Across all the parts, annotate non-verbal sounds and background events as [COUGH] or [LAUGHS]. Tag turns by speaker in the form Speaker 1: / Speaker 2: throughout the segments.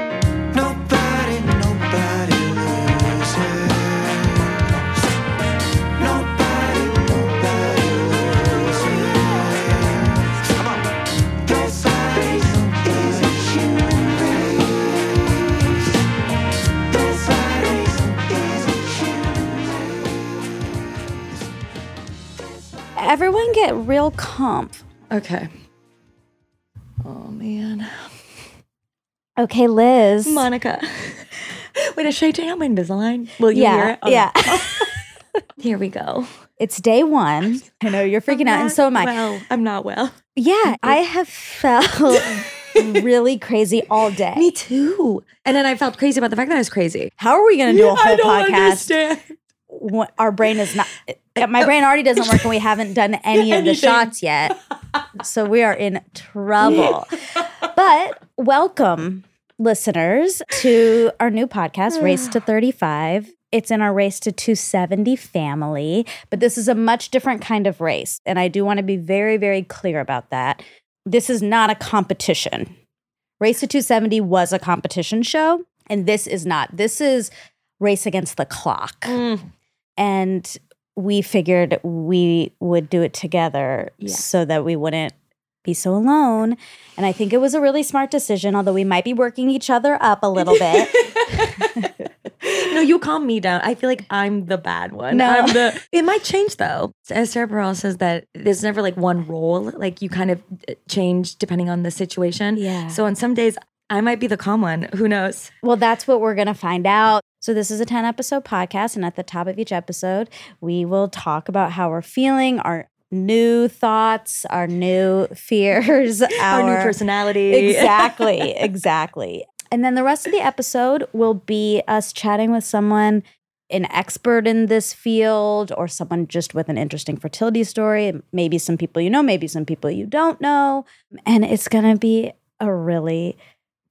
Speaker 1: Nobody, nobody loses. Nobody, nobody loses. Come on. This life is a human race. This life is a
Speaker 2: Everyone get real comp.
Speaker 3: Okay. Oh man,
Speaker 2: Okay, Liz.
Speaker 3: Monica. [LAUGHS] Wait, is Shay down my Invisalign? Will you hear
Speaker 2: yeah,
Speaker 3: it? Okay.
Speaker 2: yeah.
Speaker 3: Here we go.
Speaker 2: [LAUGHS] it's day one. I know you're freaking out, and so am I.
Speaker 3: Well, I'm not
Speaker 2: [LAUGHS]
Speaker 3: well. [LAUGHS]
Speaker 2: Yeah, I have felt really crazy all day.
Speaker 3: Me too. And then I felt crazy about the fact that I was crazy.
Speaker 2: How are we going to do a
Speaker 3: [LAUGHS] I
Speaker 2: whole
Speaker 3: don't
Speaker 2: podcast?
Speaker 3: understand.
Speaker 2: when Our brain is not. uh, My brain already doesn't work, and we haven't done any of the
Speaker 3: Anything.
Speaker 2: shots yet, so we are in trouble. But welcome, listeners, to our new podcast, Race to Thirty Five. It's in our race to 270 family, but this is a much different kind of race. And I do want to be very, very clear about that. This is not a competition. Race to 270 was a competition show, and this is not. This is Race Against the Clock.
Speaker 3: Mm.
Speaker 2: And we figured we would do it together
Speaker 3: Yeah.
Speaker 2: so that we wouldn't be so alone. And I think it was a really smart decision, although we might be working each other up a little bit.
Speaker 3: [LAUGHS] no, you calm me down. I feel like I'm the bad one.
Speaker 2: No.
Speaker 3: I'm
Speaker 2: [LAUGHS]
Speaker 3: the, it might change though. As Sarah Burrell says that there's never like one role. Like you kind of uh, change depending on the situation.
Speaker 2: [LAUGHS] Yeah.
Speaker 3: So on some days I might be the calm one. Who knows?
Speaker 2: Well, that's what we're going to find out. So, this is a 10 episode podcast. And at the top of each episode, we will talk about how we're feeling, our new thoughts, our new [LAUGHS] fears, our,
Speaker 3: Our, new personality.
Speaker 2: Exactly, exactly. And then the rest of the episode will be us chatting with someone, an expert in this field, or someone just with an interesting fertility story. Maybe some people you know, maybe some people you don't know. And it's going to be a really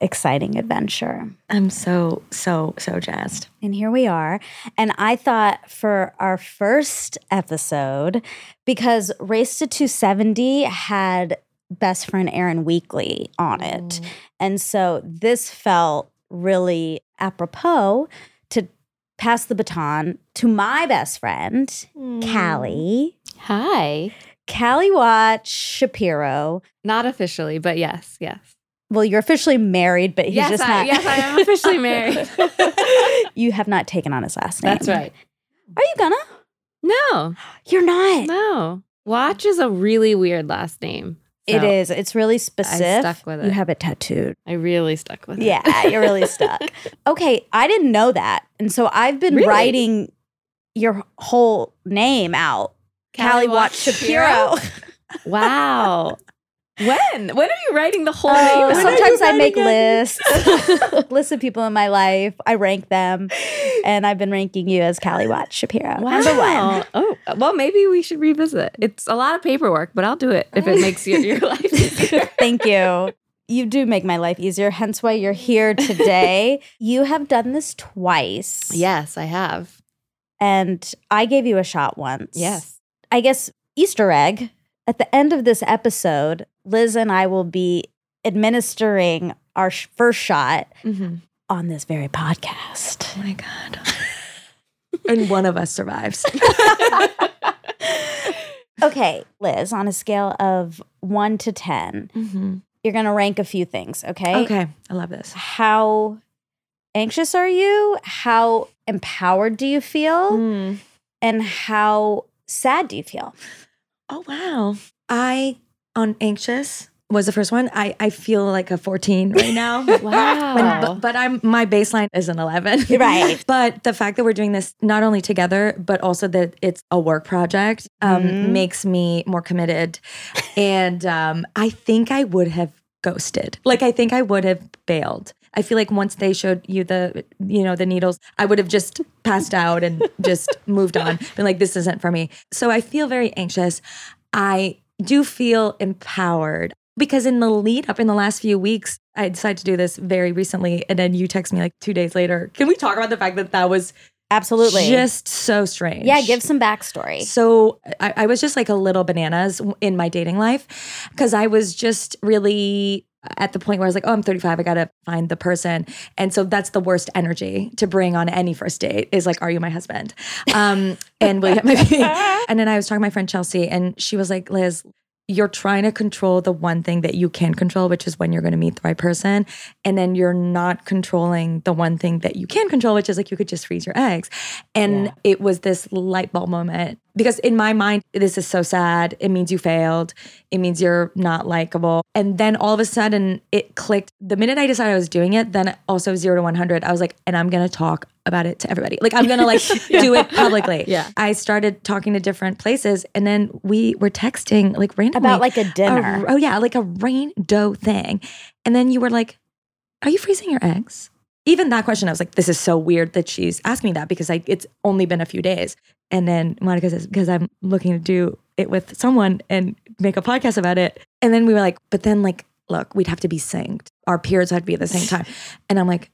Speaker 2: exciting adventure.
Speaker 3: I'm so, so, so jazzed.
Speaker 2: And here we are. And I thought for our first episode, because Race to 270 had best friend Aaron Weekly on it.
Speaker 4: Mm.
Speaker 2: And so this felt really apropos to pass the baton to my best friend,
Speaker 3: Mm.
Speaker 2: Callie,
Speaker 4: Mm. Hi.
Speaker 2: Callie Watch Shapiro.
Speaker 4: Not officially, but yes, yes.
Speaker 2: Well, you're officially married, but he's
Speaker 4: yes,
Speaker 2: just
Speaker 4: I,
Speaker 2: not.
Speaker 4: yes, I am
Speaker 2: [LAUGHS]
Speaker 4: officially married.
Speaker 2: you have not taken on his last name.
Speaker 4: That's right.
Speaker 2: Are you gonna?
Speaker 4: No,
Speaker 2: You're not.
Speaker 4: no. Watch is a really weird last name.
Speaker 2: It
Speaker 4: So
Speaker 2: is. It's really specific.
Speaker 4: stuck with
Speaker 2: You
Speaker 4: it.
Speaker 2: have it tattooed.
Speaker 4: I really stuck with it.
Speaker 2: Yeah, you're
Speaker 4: [LAUGHS]
Speaker 2: really stuck. Okay, I didn't know that. And so I've been
Speaker 4: Really?
Speaker 2: writing your whole name out. Callie, Watts Shapiro.
Speaker 4: wow. When? When are you
Speaker 2: [LAUGHS]
Speaker 4: writing the whole
Speaker 2: Oh,
Speaker 4: name?
Speaker 3: When are you
Speaker 2: sometimes I make
Speaker 3: writing
Speaker 2: lists.
Speaker 4: [LAUGHS]
Speaker 2: lists of people in my life. I rank them. And I've been ranking you as Callie Watts Shapiro. Number one.
Speaker 4: Wow. Oh, well, maybe we should revisit. It's a lot of paperwork, but I'll do it if
Speaker 2: Oh.
Speaker 4: it makes your, your life
Speaker 2: [LAUGHS]
Speaker 4: easier.
Speaker 2: Thank you. You do make my life easier, hence why you're here
Speaker 4: [LAUGHS]
Speaker 2: today. you have done this twice.
Speaker 4: yes, I have.
Speaker 2: And I gave you a shot once.
Speaker 4: Yes.
Speaker 2: I guess, Easter egg. At the end of this episode, Liz and I will be administering our sh- first shot
Speaker 3: Mhm.
Speaker 2: on this very podcast.
Speaker 3: Oh my God. [LAUGHS] and one of us [LAUGHS] survives.
Speaker 2: Okay, Liz, on a scale of one to 10,
Speaker 3: Mhm.
Speaker 2: you're going to rank a few things, okay?
Speaker 3: Okay. I love this.
Speaker 2: How anxious are you? How empowered do you feel?
Speaker 3: Mm.
Speaker 2: And how sad do you feel?
Speaker 3: Oh wow. I on anxious was the first one. I I feel like a 14 right [LAUGHS] now.
Speaker 4: Wow.
Speaker 2: Ah,
Speaker 3: But- But, but I'm my baseline is an 11.
Speaker 2: Right.
Speaker 3: [LAUGHS] But the fact that we're doing this not only together, but also that it's a work project um,
Speaker 2: Mhm.
Speaker 3: makes me more committed. and um, I think I would have ghosted. Like I think I would have bailed. I feel like once they showed you the, you know, the needles, I would have just passed out and just moved on. Been like, this isn't for me. So I feel very anxious. I do feel empowered because in the lead up in the last few weeks, I decided to do this very recently. And then you text me like two days later. Can we talk about the fact that that was
Speaker 2: Absolutely.
Speaker 3: just so strange?
Speaker 2: yeah, give some backstory.
Speaker 3: So I, I was just like a little bananas in my dating life because I was just really at the point where I was like, oh, I'm 35, I gotta find the person. And so that's the worst energy to bring on any first date is like, are you my husband? Um, and will you
Speaker 2: [LAUGHS]
Speaker 3: have my baby? And then I was talking to my friend Chelsea, and she was like, Liz, you're trying to control the one thing that you can control, which is when you're going to meet the right person. And then you're not controlling the one thing that you can control, which is like you could just freeze your eggs. And it was this light bulb moment because in my mind, this is so sad. It means you failed. It means you're not likable. And then all of a sudden it clicked. The minute I decided I was doing it, then also zero to 100, I was like, and I'm going to talk about it to everybody. Like I'm
Speaker 2: [LAUGHS]
Speaker 3: gonna like do it publicly.
Speaker 4: Yeah.
Speaker 3: I started talking to different places, and then we were texting like randomly
Speaker 2: About, like, a dinner.
Speaker 3: oh yeah, like a rain dough thing. And then you were like, "Are you freezing your eggs?" Even that question, I was like, "This is so weird that she's asking me that because like it's only been a few days." And then Monica says, "Because I'm looking to do it with someone and make a podcast about it." And then we were like, "But then like." Look, we'd have to be synced. Our periods had to be at the same time. And I'm like,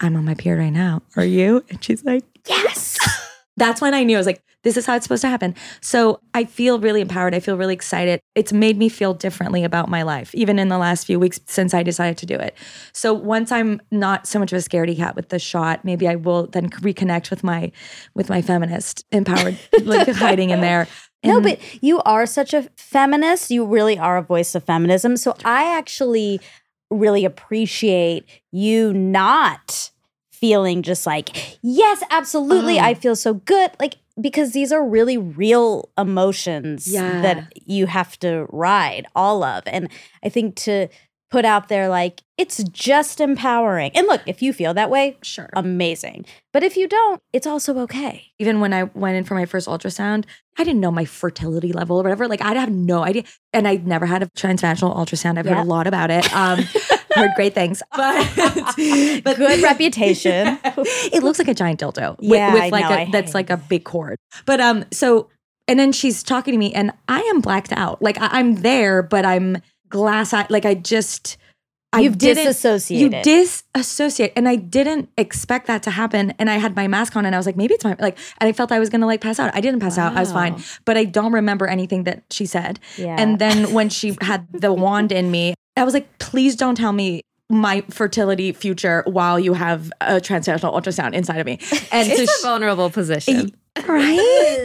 Speaker 3: I'm on my period right now. Are you? And she's like,
Speaker 2: Yes.
Speaker 3: that's when I knew I was like, this is how it's supposed to happen. So I feel really empowered. I feel really excited. It's made me feel differently about my life, even in the last few weeks since I decided to do it. So once I'm not so much of a scaredy cat with the shot, maybe I will then reconnect with my with my feminist empowered like hiding in there.
Speaker 2: [LAUGHS] [LAUGHS] No,
Speaker 3: And-
Speaker 2: but you are such a feminist. You really are a voice of feminism. So I actually really appreciate you not feeling just like, yes,
Speaker 3: Mm-hmm.
Speaker 2: absolutely. I feel so good. Like, because these are really real emotions
Speaker 3: Yeah.
Speaker 2: that you have to ride all of. And I think to put out there, like, it's just empowering. And look, if you feel that way,
Speaker 3: sure.
Speaker 2: amazing. But if you don't, it's also okay.
Speaker 3: even when I went in for my first ultrasound, I didn't know my fertility level or whatever. Like I have no idea, and I'd never had a transvaginal ultrasound. I've
Speaker 2: Yeah.
Speaker 3: heard a lot about it.
Speaker 2: [LAUGHS]
Speaker 3: Um, heard great things, but [LAUGHS] but
Speaker 2: Good [LAUGHS] reputation.
Speaker 3: it looks like a giant dildo. with-
Speaker 2: Yeah,
Speaker 3: with,
Speaker 2: I
Speaker 3: like
Speaker 2: know, I
Speaker 3: a, that's
Speaker 2: hate
Speaker 3: like a big cord. But um, so and then she's talking to me, and I am blacked out. Like I, I'm there, but I'm glass eyed. Like I just. I
Speaker 2: You've
Speaker 3: didn't-
Speaker 2: disassociated.
Speaker 3: You disassociate, and I didn't expect that to happen. And I had my mask on, and I was like, maybe it's my like, and I felt I was gonna like pass out. I didn't pass out. I was fine, but I don't remember anything that she said.
Speaker 2: Yeah.
Speaker 3: And
Speaker 4: [LAUGHS]
Speaker 3: then when she had the wand in me, I was like, please don't tell me my fertility future while you have a transvaginal ultrasound inside of me. And
Speaker 4: It's a
Speaker 3: so
Speaker 4: vulnerable position.
Speaker 3: she, right,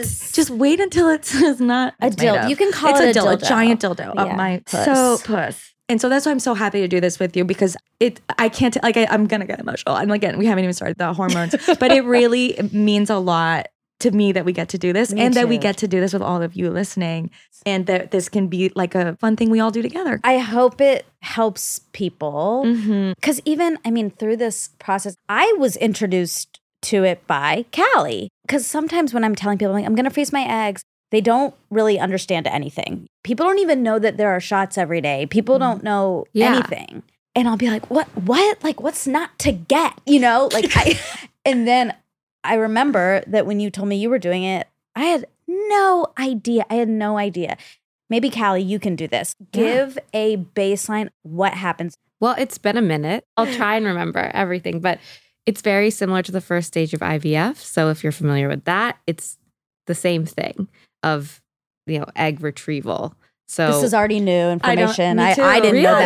Speaker 2: [LAUGHS]
Speaker 3: just wait until it's, [LAUGHS] it's not
Speaker 2: A
Speaker 3: it's made
Speaker 2: dildo.
Speaker 3: up.
Speaker 2: You can call
Speaker 3: it's
Speaker 2: it a
Speaker 3: dildo,
Speaker 2: dildo.
Speaker 3: giant dildo
Speaker 2: Yeah.
Speaker 3: of my puss.
Speaker 4: So puss.
Speaker 3: And so that's why I'm so happy to do this with you because it, I can't, like, I, I'm gonna get emotional. And again, we haven't even started the hormones, but it really means a lot to me that we get to do this
Speaker 2: Me
Speaker 3: and that we
Speaker 2: too.
Speaker 3: get to do this with all of you listening and that this can be like a fun thing we all do together.
Speaker 2: I hope it helps people.
Speaker 3: Mm-hmm.
Speaker 2: Because even, I mean, through this process, I was introduced to it by Callie. Because sometimes when I'm telling people, like, I'm going to freeze my eggs, they don't really understand anything. People don't even know that there are shots every day. People don't know
Speaker 4: Yeah.
Speaker 2: anything. And I'll be like, what, what? Like, what's not to get? You know, like, I, and then I remember that when you told me you were doing it, I had no idea. I had no idea. Maybe Callie, you can do this. Give a baseline what happens.
Speaker 4: Well, it's been a minute. I'll try and remember everything, but it's very similar to the first stage of IVF. So if you're familiar with that, it's the same thing of, you know, egg retrieval. So
Speaker 2: This is already new information. I, I, didn't know
Speaker 4: Really?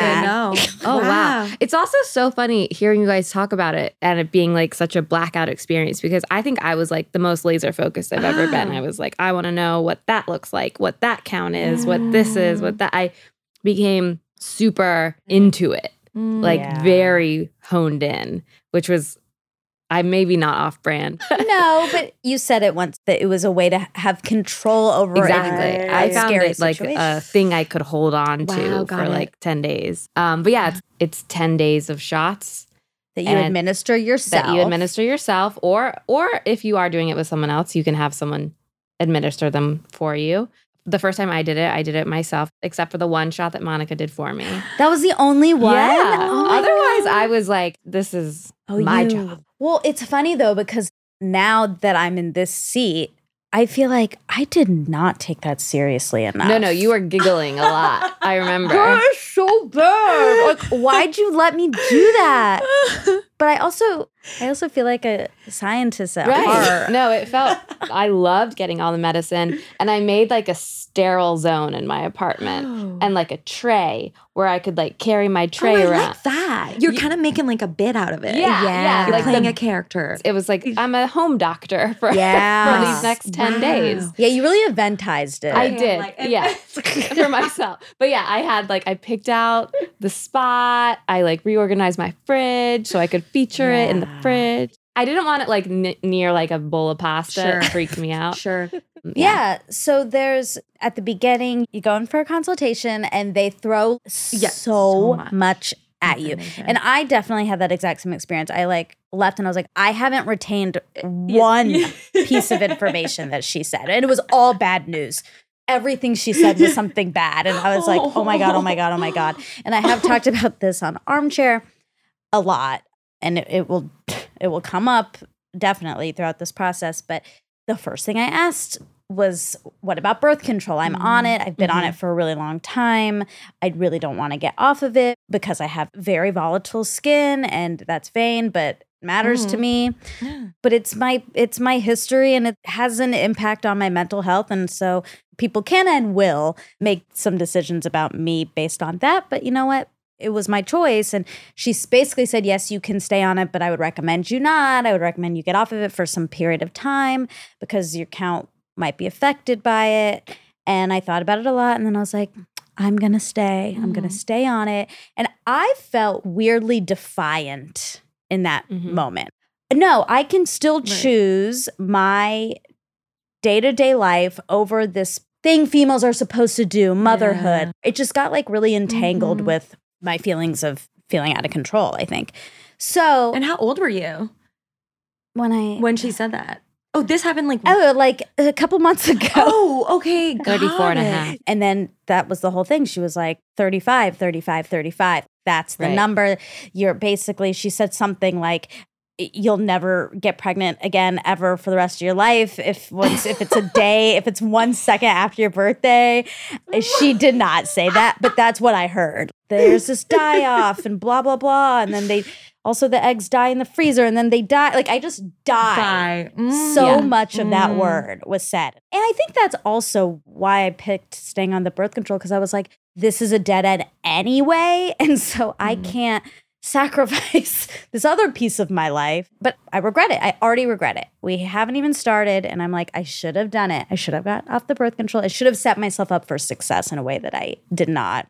Speaker 2: that. [LAUGHS]
Speaker 4: Oh wow. It's also so funny hearing you guys talk about it and it being like such a blackout experience because I think I was like the most laser focused I've ever been.
Speaker 2: [GASPS]
Speaker 3: Ah.
Speaker 4: I was like, I want to know what that looks like, what that count is, what this is, what that I became super into it
Speaker 3: Mm.
Speaker 4: like
Speaker 2: Yeah.
Speaker 3: [LAUGHS]
Speaker 4: [LAUGHS] very honed in, which was I maybe not
Speaker 2: [LAUGHS]
Speaker 4: off brand.
Speaker 2: no, but you said it once that it was a way to have control over
Speaker 4: exactly.
Speaker 2: A,
Speaker 4: I
Speaker 2: a
Speaker 4: found
Speaker 2: scary
Speaker 4: it like uh,
Speaker 2: situation.
Speaker 4: a thing I could hold on
Speaker 3: Wow,
Speaker 4: to for
Speaker 3: got it.
Speaker 4: like 10 days. Um,
Speaker 2: [SIGHS]
Speaker 4: but yeah, it's, it's 10 days of shots
Speaker 2: that you
Speaker 4: and
Speaker 2: administer yourself.
Speaker 4: that you administer yourself or or if you are doing it with someone else, you can have someone administer them for you. The first time I did it, I did it myself, except for the one shot that Monica did for
Speaker 2: [GASPS]
Speaker 4: me.
Speaker 2: That was the only one.
Speaker 4: Yeah.
Speaker 2: Oh my
Speaker 4: Otherwise,
Speaker 2: God.
Speaker 4: I was like, this is
Speaker 2: Oh,
Speaker 4: my
Speaker 2: you-
Speaker 4: job.
Speaker 2: Well, it's funny though because now that I'm in this seat, I feel like I did not take that seriously enough.
Speaker 4: No, no, you were giggling a lot.
Speaker 2: [LAUGHS]
Speaker 4: I remember.
Speaker 2: That's so bad. Like, [LAUGHS] why'd you let me do that? But I also, I also feel like a scientist at
Speaker 4: Right. [LAUGHS]
Speaker 2: heart.
Speaker 4: No, it felt I loved getting all the medicine and I made like a sterile zone in
Speaker 3: [GASPS]
Speaker 4: my apartment and like a tray where I could like carry my
Speaker 3: oh,
Speaker 4: tray
Speaker 3: I
Speaker 4: around.
Speaker 3: like that. You're kind of making like a bit out of it.
Speaker 4: Yeah,
Speaker 2: Yeah.
Speaker 4: yeah.
Speaker 3: You're
Speaker 4: Like
Speaker 3: playing
Speaker 4: the,
Speaker 3: a character.
Speaker 4: [LAUGHS] it was like I'm a home doctor [LAUGHS] for,
Speaker 2: Yeah.
Speaker 4: for these next 10
Speaker 3: Wow.
Speaker 4: days. [LAUGHS]
Speaker 2: Yeah, you really eventized it.
Speaker 4: I
Speaker 3: Yeah,
Speaker 4: did.
Speaker 3: like- [LAUGHS]
Speaker 4: yeah. for myself. But yeah, I had like I picked out the spot. I like reorganized my fridge so I could feature it in the
Speaker 2: Yeah.
Speaker 4: fridge. I didn't want it like n- near like a bowl of pasta.
Speaker 3: Sure.
Speaker 4: It freaked me
Speaker 3: [LAUGHS]
Speaker 4: out.
Speaker 3: Sure.
Speaker 2: yeah. So there's at the beginning, you go in for a consultation and they throw
Speaker 3: Yeah,
Speaker 2: so,
Speaker 4: so
Speaker 2: much.
Speaker 4: much Mm-hmm.
Speaker 2: at you.
Speaker 3: Information.
Speaker 2: And I definitely had that exact same experience. I like left and I was like, I haven't retained one piece of information that she said. And it was all bad news. Everything she said was something bad. And I was like, oh my God, oh my God, oh my God. And I have talked about this on armchair a lot. And it, it will it will come up definitely throughout this process. But the first thing I asked was, what about birth control? I'm on it. I've been on it for a really long time. I really don't want to get off of it because I have very volatile skin and that's vain, but matters to me. But it's my it's my history and it has an impact on my mental health. And so people can and will make some decisions about me based on that. But you know what? It was my choice. And she basically said, Yes, you can stay on it, but I would recommend you not. I would recommend you get off of it for some period of time because your count might be affected by it. And I thought about it a lot. And then I was like, I'm going to stay. I'm going to stay on it. And I felt weirdly defiant in that
Speaker 4: Mhm.
Speaker 2: moment. No, I can still choose my day to day life over this thing females are supposed to do, motherhood.
Speaker 3: Yeah.
Speaker 2: It just got like really entangled
Speaker 3: Mhm.
Speaker 2: with my feelings of feeling out of control, I think. So
Speaker 3: And how old were you
Speaker 2: when I,
Speaker 3: when she said that? Oh, this happened like
Speaker 2: oh, like a couple months [LAUGHS] ago.
Speaker 3: Oh, okay. got
Speaker 4: 34 and a
Speaker 3: it.
Speaker 4: half.
Speaker 2: And then that was the whole thing. She was like 35, 35, 35. That's the
Speaker 4: Right.
Speaker 2: number. You're basically, she said something like, you'll never get pregnant again ever for the rest of your life if once if it's a day if it's one second after your birthday she did not say that but that's what i heard there's this die off and blah blah blah and then they also the eggs die in the freezer and then they die like i just died
Speaker 3: Bye. Mm,
Speaker 2: so
Speaker 4: Yeah.
Speaker 2: much of that
Speaker 3: Mm.
Speaker 2: word was said. And I think that's also why I picked staying on the birth control because I was like, this is a dead end anyway. [LAUGHS] And so I
Speaker 3: Mm.
Speaker 2: can't [LAUGHS] sacrifice this other piece of my life. But I regret it. I already regret it. We haven't even started. And I'm like, I should have done it. I should have got off the birth control. I should have set myself up for success in a way that I did not.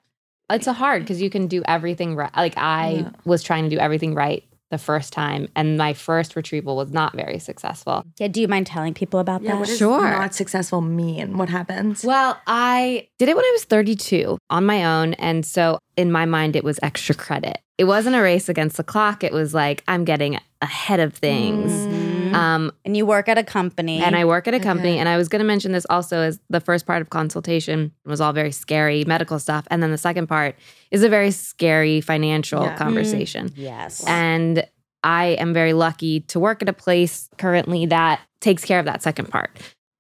Speaker 4: It's a hard because you can do everything right. Like I
Speaker 3: Yeah.
Speaker 4: was trying to do everything right the first time, and my first retrieval was not very successful.
Speaker 2: Yeah. Do you mind telling people about
Speaker 3: Yeah,
Speaker 2: that?
Speaker 3: what does
Speaker 4: Sure.
Speaker 3: not successful mean? What happens?
Speaker 4: Well, I did it when I was 32 on my own. And so in my mind, it was extra credit. It wasn't a race against the clock. It was like, I'm getting ahead of things.
Speaker 2: Mhm.
Speaker 4: Um,
Speaker 2: and you work at a company.
Speaker 4: and I work at a company.
Speaker 3: Mm-hmm. Okay.
Speaker 4: And I was going to mention this also as the first part of consultation was all very scary medical stuff. And then the second part is a very scary financial
Speaker 3: Yeah. Mm.
Speaker 4: conversation.
Speaker 2: Yes.
Speaker 4: And I am very lucky to work at a place currently that takes care of that second part,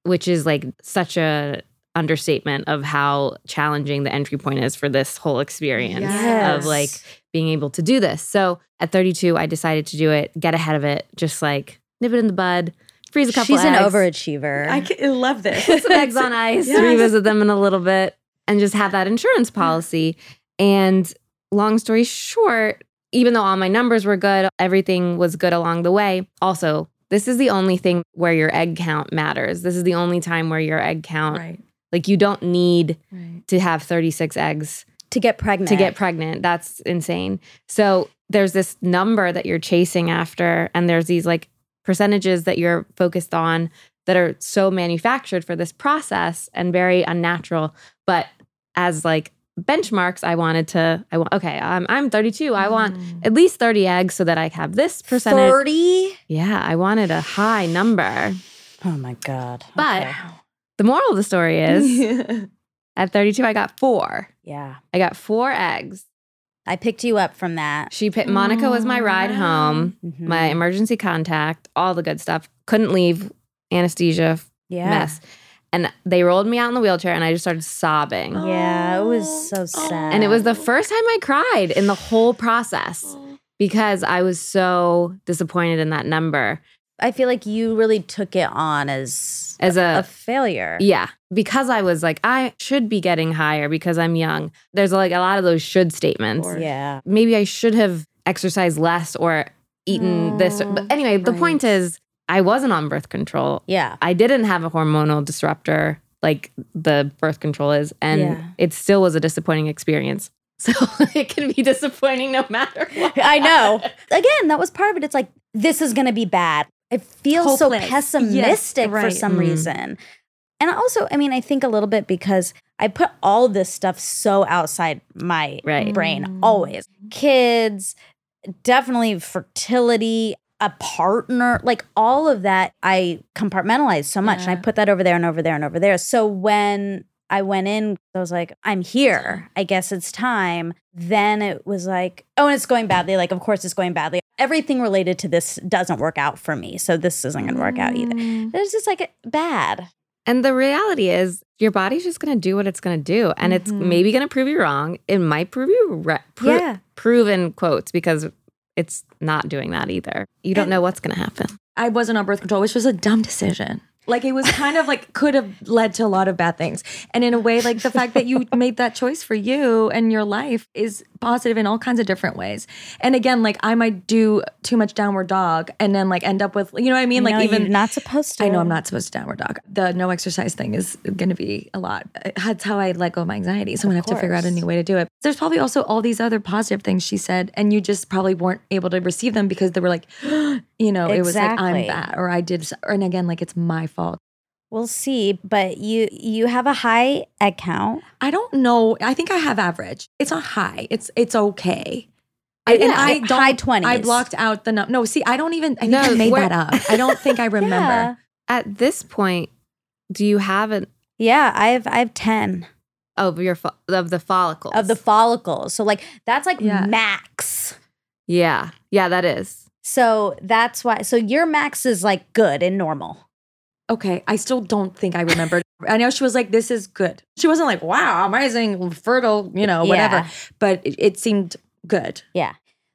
Speaker 4: which is like such a understatement of how challenging the entry point is for this whole experience
Speaker 3: Yes.
Speaker 4: of like being able to do this. So at 32, I decided to do it, get ahead of it, just like nip it in the bud, freeze a couple
Speaker 2: She's an
Speaker 4: eggs,
Speaker 2: overachiever.
Speaker 3: I ca- love this.
Speaker 4: put some
Speaker 3: [LAUGHS]
Speaker 4: eggs on ice,
Speaker 3: Yes.
Speaker 4: revisit them in a little bit, and just have that insurance policy. And long story short, even though all my numbers were good, everything was good along the way. Also, this is the only thing where your egg count matters. This is the only time where your egg count,
Speaker 3: Right.
Speaker 4: like you don't need
Speaker 3: Right.
Speaker 4: to have 36 eggs
Speaker 2: to get pregnant.
Speaker 4: to get pregnant. That's insane. So there's this number that you're chasing after, and there's these like percentages that you're focused on that are so manufactured for this process and very unnatural. But as like benchmarks, I wanted to. I want okay. I'm I'm 32. I want
Speaker 3: Mm.
Speaker 4: at least 30 eggs so that I have this percentage.
Speaker 2: 30?
Speaker 4: Yeah, I wanted a high number.
Speaker 2: Oh my God.
Speaker 4: But
Speaker 2: Okay.
Speaker 4: the moral of the
Speaker 3: [LAUGHS]
Speaker 4: story is at 32, I got four.
Speaker 2: yeah,
Speaker 4: I got four eggs.
Speaker 2: I picked you up from that.
Speaker 4: She picked Monica was my ride
Speaker 3: Wow.
Speaker 4: home.
Speaker 2: Mhm.
Speaker 3: Mm.
Speaker 4: my emergency contact, all the good stuff. Couldn't leave anesthesia
Speaker 2: Yeah.
Speaker 4: mess. And they rolled me out in the wheelchair and I just started sobbing.
Speaker 2: Yeah, it
Speaker 3: Oh.
Speaker 2: was so sad.
Speaker 4: And it was the first time I cried in the whole process
Speaker 3: Oh.
Speaker 4: because I was so disappointed in that number
Speaker 2: I feel like you really took it on as
Speaker 4: as
Speaker 2: a
Speaker 4: a
Speaker 2: failure.
Speaker 4: yeah, because I was like I should be getting higher because I'm young. There's like a lot of those should statements.
Speaker 3: Or-
Speaker 2: Yeah.
Speaker 4: Maybe I should have exercised less or eaten this.
Speaker 3: Oh,
Speaker 4: But anyway, the
Speaker 3: right.
Speaker 4: point is I wasn't on birth control.
Speaker 2: Yeah.
Speaker 4: I didn't have a hormonal disruptor like the birth control is and
Speaker 2: Yeah.
Speaker 4: it still was a disappointing experience. [LAUGHS] So it can be disappointing no matter what. [LAUGHS]
Speaker 2: I know. Again, that was part of it. It's like this is going to be bad. I feel so
Speaker 3: Hopeless.
Speaker 2: pessimistic for
Speaker 3: Yes, right.
Speaker 2: some
Speaker 4: Mm.
Speaker 2: reason. And also, I mean, I think a little bit because I put all this stuff so outside my
Speaker 4: Right.
Speaker 2: brain
Speaker 3: Mm.
Speaker 2: always. Kids, definitely fertility, a partner, like all of that I compartmentalized so much and I
Speaker 3: Yeah.
Speaker 2: put that over there and over there and over there. So when I went in, I was like, I'm here. I guess it's time. Then it was like, oh, and it's going badly. Like, of course it's going badly. Everything related to this doesn't work out for me. So this isn't going to work out either.
Speaker 3: Mm.
Speaker 2: It's just like bad.
Speaker 4: And the reality is, your body's just going to do what it's going to do. And it's
Speaker 3: Mhm.
Speaker 4: maybe going to prove you wrong. It might prove you right. Pro-
Speaker 2: Mm-hmm. yeah.
Speaker 4: Proven quotes because it's not doing that either. You don't know what's going to happen.
Speaker 3: I wasn't on birth control, which was a dumb decision. Like it was kind of like could have led to a lot of bad things. And in a way, like the fact that you made that choice for you and your life is positive in all kinds of different ways. And again, like I might do too much downward dog and then like end up with you know what I mean?
Speaker 2: You
Speaker 3: Like
Speaker 2: know,
Speaker 3: even
Speaker 2: you're not supposed to.
Speaker 3: I know I'm not supposed to downward dog. The no exercise thing is going to be a lot. That's how I let go of my anxiety. So I'm going to have to figure out a
Speaker 2: course.
Speaker 3: new way to do it. There's probably also all these other positive things she said, and you just probably weren't able to receive them because they were like, [GASPS] you know, it was like, I'm
Speaker 2: Exactly.
Speaker 3: bad, or I did. s- Or, and again, like it's my fault.
Speaker 2: We'll see, but you you have a high egg count.
Speaker 3: I don't know. I think I have average. It's not high. It's it's okay. I, and
Speaker 2: Yeah.
Speaker 3: I don't.
Speaker 2: high twenties.
Speaker 3: I blocked out the num- no. See, I don't even. I think
Speaker 4: No,
Speaker 3: I made
Speaker 4: we're-
Speaker 3: that up. I
Speaker 2: [LAUGHS]
Speaker 3: don't think I remember.
Speaker 2: Yeah,
Speaker 4: At this point, do you have an
Speaker 2: yeah I have I have ten
Speaker 4: of your fo- of the follicles
Speaker 2: of the follicles. So like that's like
Speaker 3: Yeah.
Speaker 2: max.
Speaker 4: yeah yeah that is
Speaker 2: So that's why. So your max is like good and normal.
Speaker 3: Okay, I still don't think I remembered. I know she was like, "This is good." She wasn't like, "Wow, amazing, fertile," you know, Oh, whatever.
Speaker 2: Yeah.
Speaker 3: But it, it seemed good.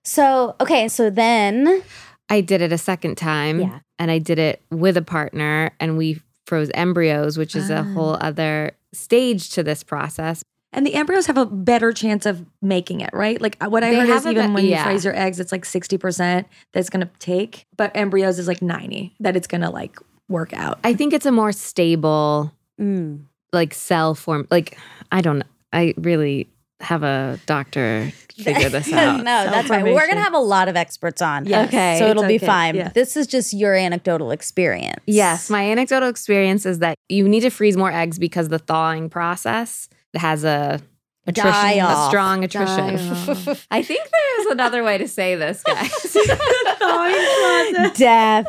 Speaker 2: So okay. So then
Speaker 4: I did it a second time.
Speaker 2: Yeah.
Speaker 4: And I did it with a partner and we froze embryos, which is a
Speaker 3: Ah.
Speaker 4: whole other stage to this process.
Speaker 3: And the embryos have a better chance of making it, right? Like what I
Speaker 4: They
Speaker 3: heard
Speaker 4: have
Speaker 3: is
Speaker 4: a
Speaker 3: even
Speaker 4: be-
Speaker 3: when
Speaker 4: yeah.
Speaker 3: you freeze your eggs, it's like sixty percent that's gonna take, but embryos is like ninety that it's gonna like work out. [LAUGHS]
Speaker 4: I think it's a more stable
Speaker 2: mm,
Speaker 4: like cell form like I don't I really have a doctor figure this
Speaker 2: [LAUGHS] no,
Speaker 4: out.
Speaker 2: that's right. We're gonna have a lot of experts on.
Speaker 3: Yes.
Speaker 4: Okay.
Speaker 2: So
Speaker 3: It's
Speaker 2: it'll be
Speaker 3: okay.
Speaker 2: fine.
Speaker 3: Yeah.
Speaker 2: This is just your anecdotal experience. [LAUGHS]
Speaker 4: Yes, my anecdotal experience is that you need to freeze more eggs because the thawing process has a attrition,
Speaker 2: Die
Speaker 4: a
Speaker 2: off.
Speaker 4: strong attrition.
Speaker 3: Die
Speaker 4: I think there's another way to say this, guys.
Speaker 2: [LAUGHS] Death.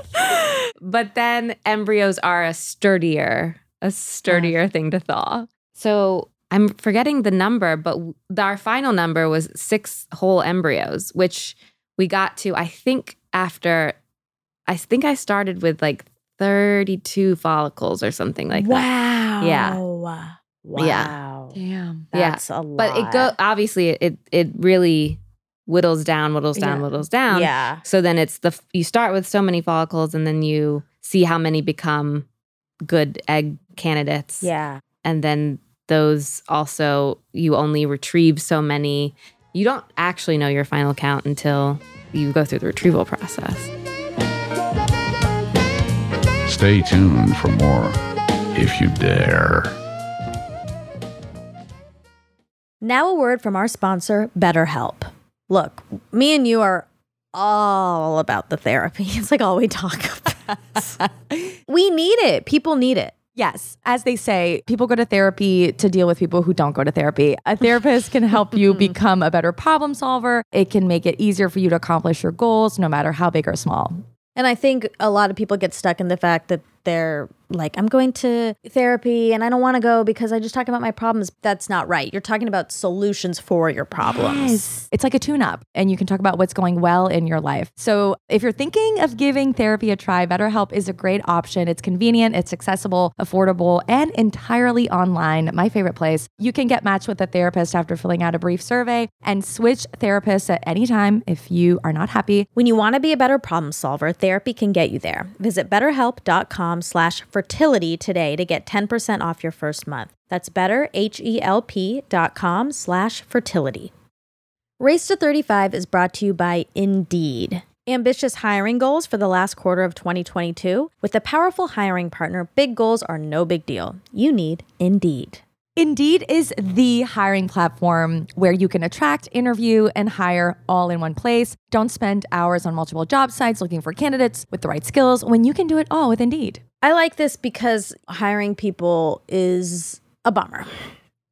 Speaker 4: but then embryos are a sturdier, a sturdier thing to thaw. So I'm forgetting the number, but w- our final number was six whole embryos, which we got to, I think, after I think I started with like 32 follicles or something like that.
Speaker 2: wow.
Speaker 4: Yeah.
Speaker 2: Wow.
Speaker 3: Damn.
Speaker 4: Yeah.
Speaker 2: That's a lot.
Speaker 4: But it go obviously it it really whittles down, whittles down,
Speaker 3: Yeah.
Speaker 4: whittles down.
Speaker 2: Yeah.
Speaker 4: So then it's the you start with so many follicles and then you see how many become good egg candidates.
Speaker 2: Yeah.
Speaker 4: And then those also you only retrieve so many. You don't actually know your final count until you go through the retrieval process.
Speaker 5: Stay tuned for more if you dare.
Speaker 2: Now, a word from our sponsor, BetterHelp. Look, me and you are all about the therapy. [LAUGHS] It's like all we talk about.
Speaker 4: [LAUGHS]
Speaker 2: we need it. People need it.
Speaker 6: Yes. As they say, people go to therapy to deal with people who don't go to therapy. A therapist can help you become a better problem solver. It can make it easier for you to accomplish your goals, no matter how big or small.
Speaker 7: And I think a lot of people get stuck in the fact that they're like, I'm going to therapy and I don't want to go because I just talk about my problems. That's not right. You're talking about solutions for your problems.
Speaker 6: It's like a tune up, and you can talk about what's going well in your life. So, if you're thinking of giving therapy a try, BetterHelp is a great option. It's convenient, it's accessible, affordable, and entirely online. My favorite place. You can get matched with a therapist after filling out a brief survey and switch therapists at any time if you are not happy.
Speaker 7: When you want to be a better problem solver, therapy can get you there. Visit betterhelp.com slash fertility today to get 10% off your first month. That's E betterhelp.com slash fertility. Race to 35 is brought to you by Indeed. Ambitious hiring goals for the last quarter of 2022? With a powerful hiring partner, big goals are no big deal. You need Indeed.
Speaker 6: Indeed is the hiring platform where you can attract, interview, and hire all in one place. Don't spend hours on multiple job sites looking for candidates with the right skills when you can do it all with Indeed.
Speaker 7: I like this because hiring people is a bummer.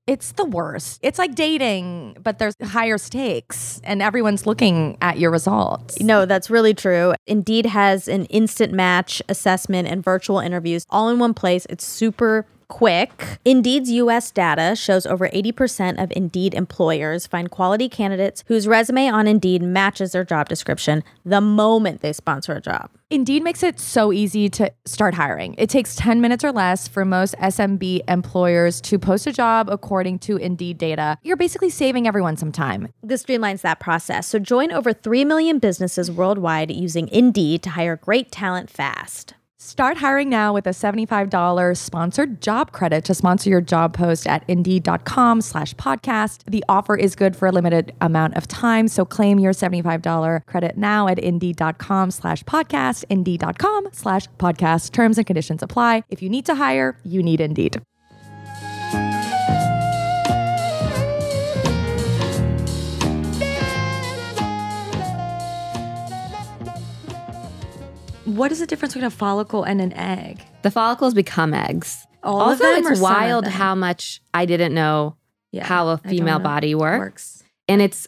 Speaker 6: It's the worst. It's like dating, but there's higher stakes and everyone's looking at your results.
Speaker 7: No, that's really true. Indeed has an instant match assessment and virtual interviews all in one place. It's super quick. Indeed's US data shows over 80% of Indeed employers find quality candidates whose resume on Indeed matches their job description the moment they sponsor a job.
Speaker 6: Indeed makes it so easy to start hiring. It takes 10 minutes or less for most SMB employers to post a job according to Indeed data. You're basically saving everyone some time.
Speaker 7: This streamlines that process. So join over 3 million businesses worldwide using Indeed to hire great talent fast.
Speaker 6: Start hiring now with a $75 sponsored job credit to sponsor your job post at indeed.com slash podcast. The offer is good for a limited amount of time, so claim your $75 credit now at indeed.com slash podcast, indeed.com slash podcast. Terms and conditions apply. If you need to hire, you need Indeed.
Speaker 3: What is the difference between a follicle and an egg?
Speaker 4: The follicles become eggs.
Speaker 3: All of
Speaker 4: also,
Speaker 3: them or
Speaker 4: it's
Speaker 3: some of
Speaker 4: wild
Speaker 3: them?
Speaker 4: how much I didn't know
Speaker 3: Yeah,
Speaker 4: how a
Speaker 3: I don't
Speaker 4: female
Speaker 3: know.
Speaker 4: body works. and it's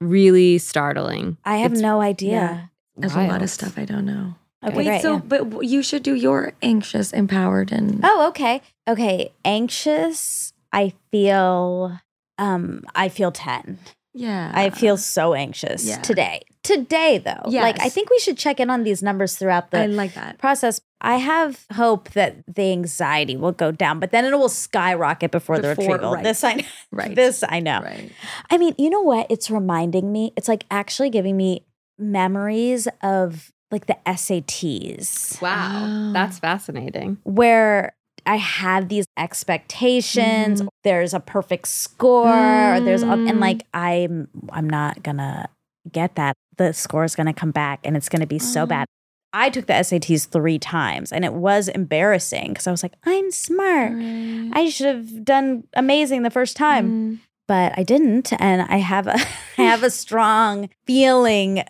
Speaker 4: really startling.
Speaker 2: I have
Speaker 4: It's
Speaker 2: no idea.
Speaker 3: yeah. There's a lot
Speaker 4: wild.
Speaker 3: of stuff I don't know.
Speaker 2: Okay,
Speaker 3: Wait,
Speaker 2: great,
Speaker 3: so
Speaker 2: yeah.
Speaker 3: but w- you should do your anxious, empowered, and
Speaker 2: Oh, okay. Okay. Anxious. I feel um I feel 10.
Speaker 3: yeah,
Speaker 2: I feel so anxious
Speaker 3: Ah. yeah.
Speaker 2: today. Today though. Like I
Speaker 3: Yes.
Speaker 2: think we should check in on these numbers throughout the
Speaker 3: I like that.
Speaker 2: process. I have hope that the anxiety will go down, but then it will skyrocket before, the
Speaker 3: Before-
Speaker 2: retrieval.
Speaker 3: right.
Speaker 2: This I know.
Speaker 3: Right.
Speaker 2: This I know.
Speaker 3: Right.
Speaker 2: I mean, you know what? It's reminding me. It's like actually giving me memories of like the SATs
Speaker 4: Wow,
Speaker 3: Oh.
Speaker 4: that's fascinating.
Speaker 2: where I have these expectations. There's a perfect score. or There's a- and
Speaker 3: Mm.
Speaker 2: like I'm I'm not gonna get that. The score is gonna come back and it's gonna be so
Speaker 3: Oh.
Speaker 2: bad. I took the SATs three times and it was embarrassing because I was like, I'm smart.
Speaker 3: Right. Mm,
Speaker 2: I should have done amazing the first time, but I didn't, and I have a [LAUGHS] I have a strong feeling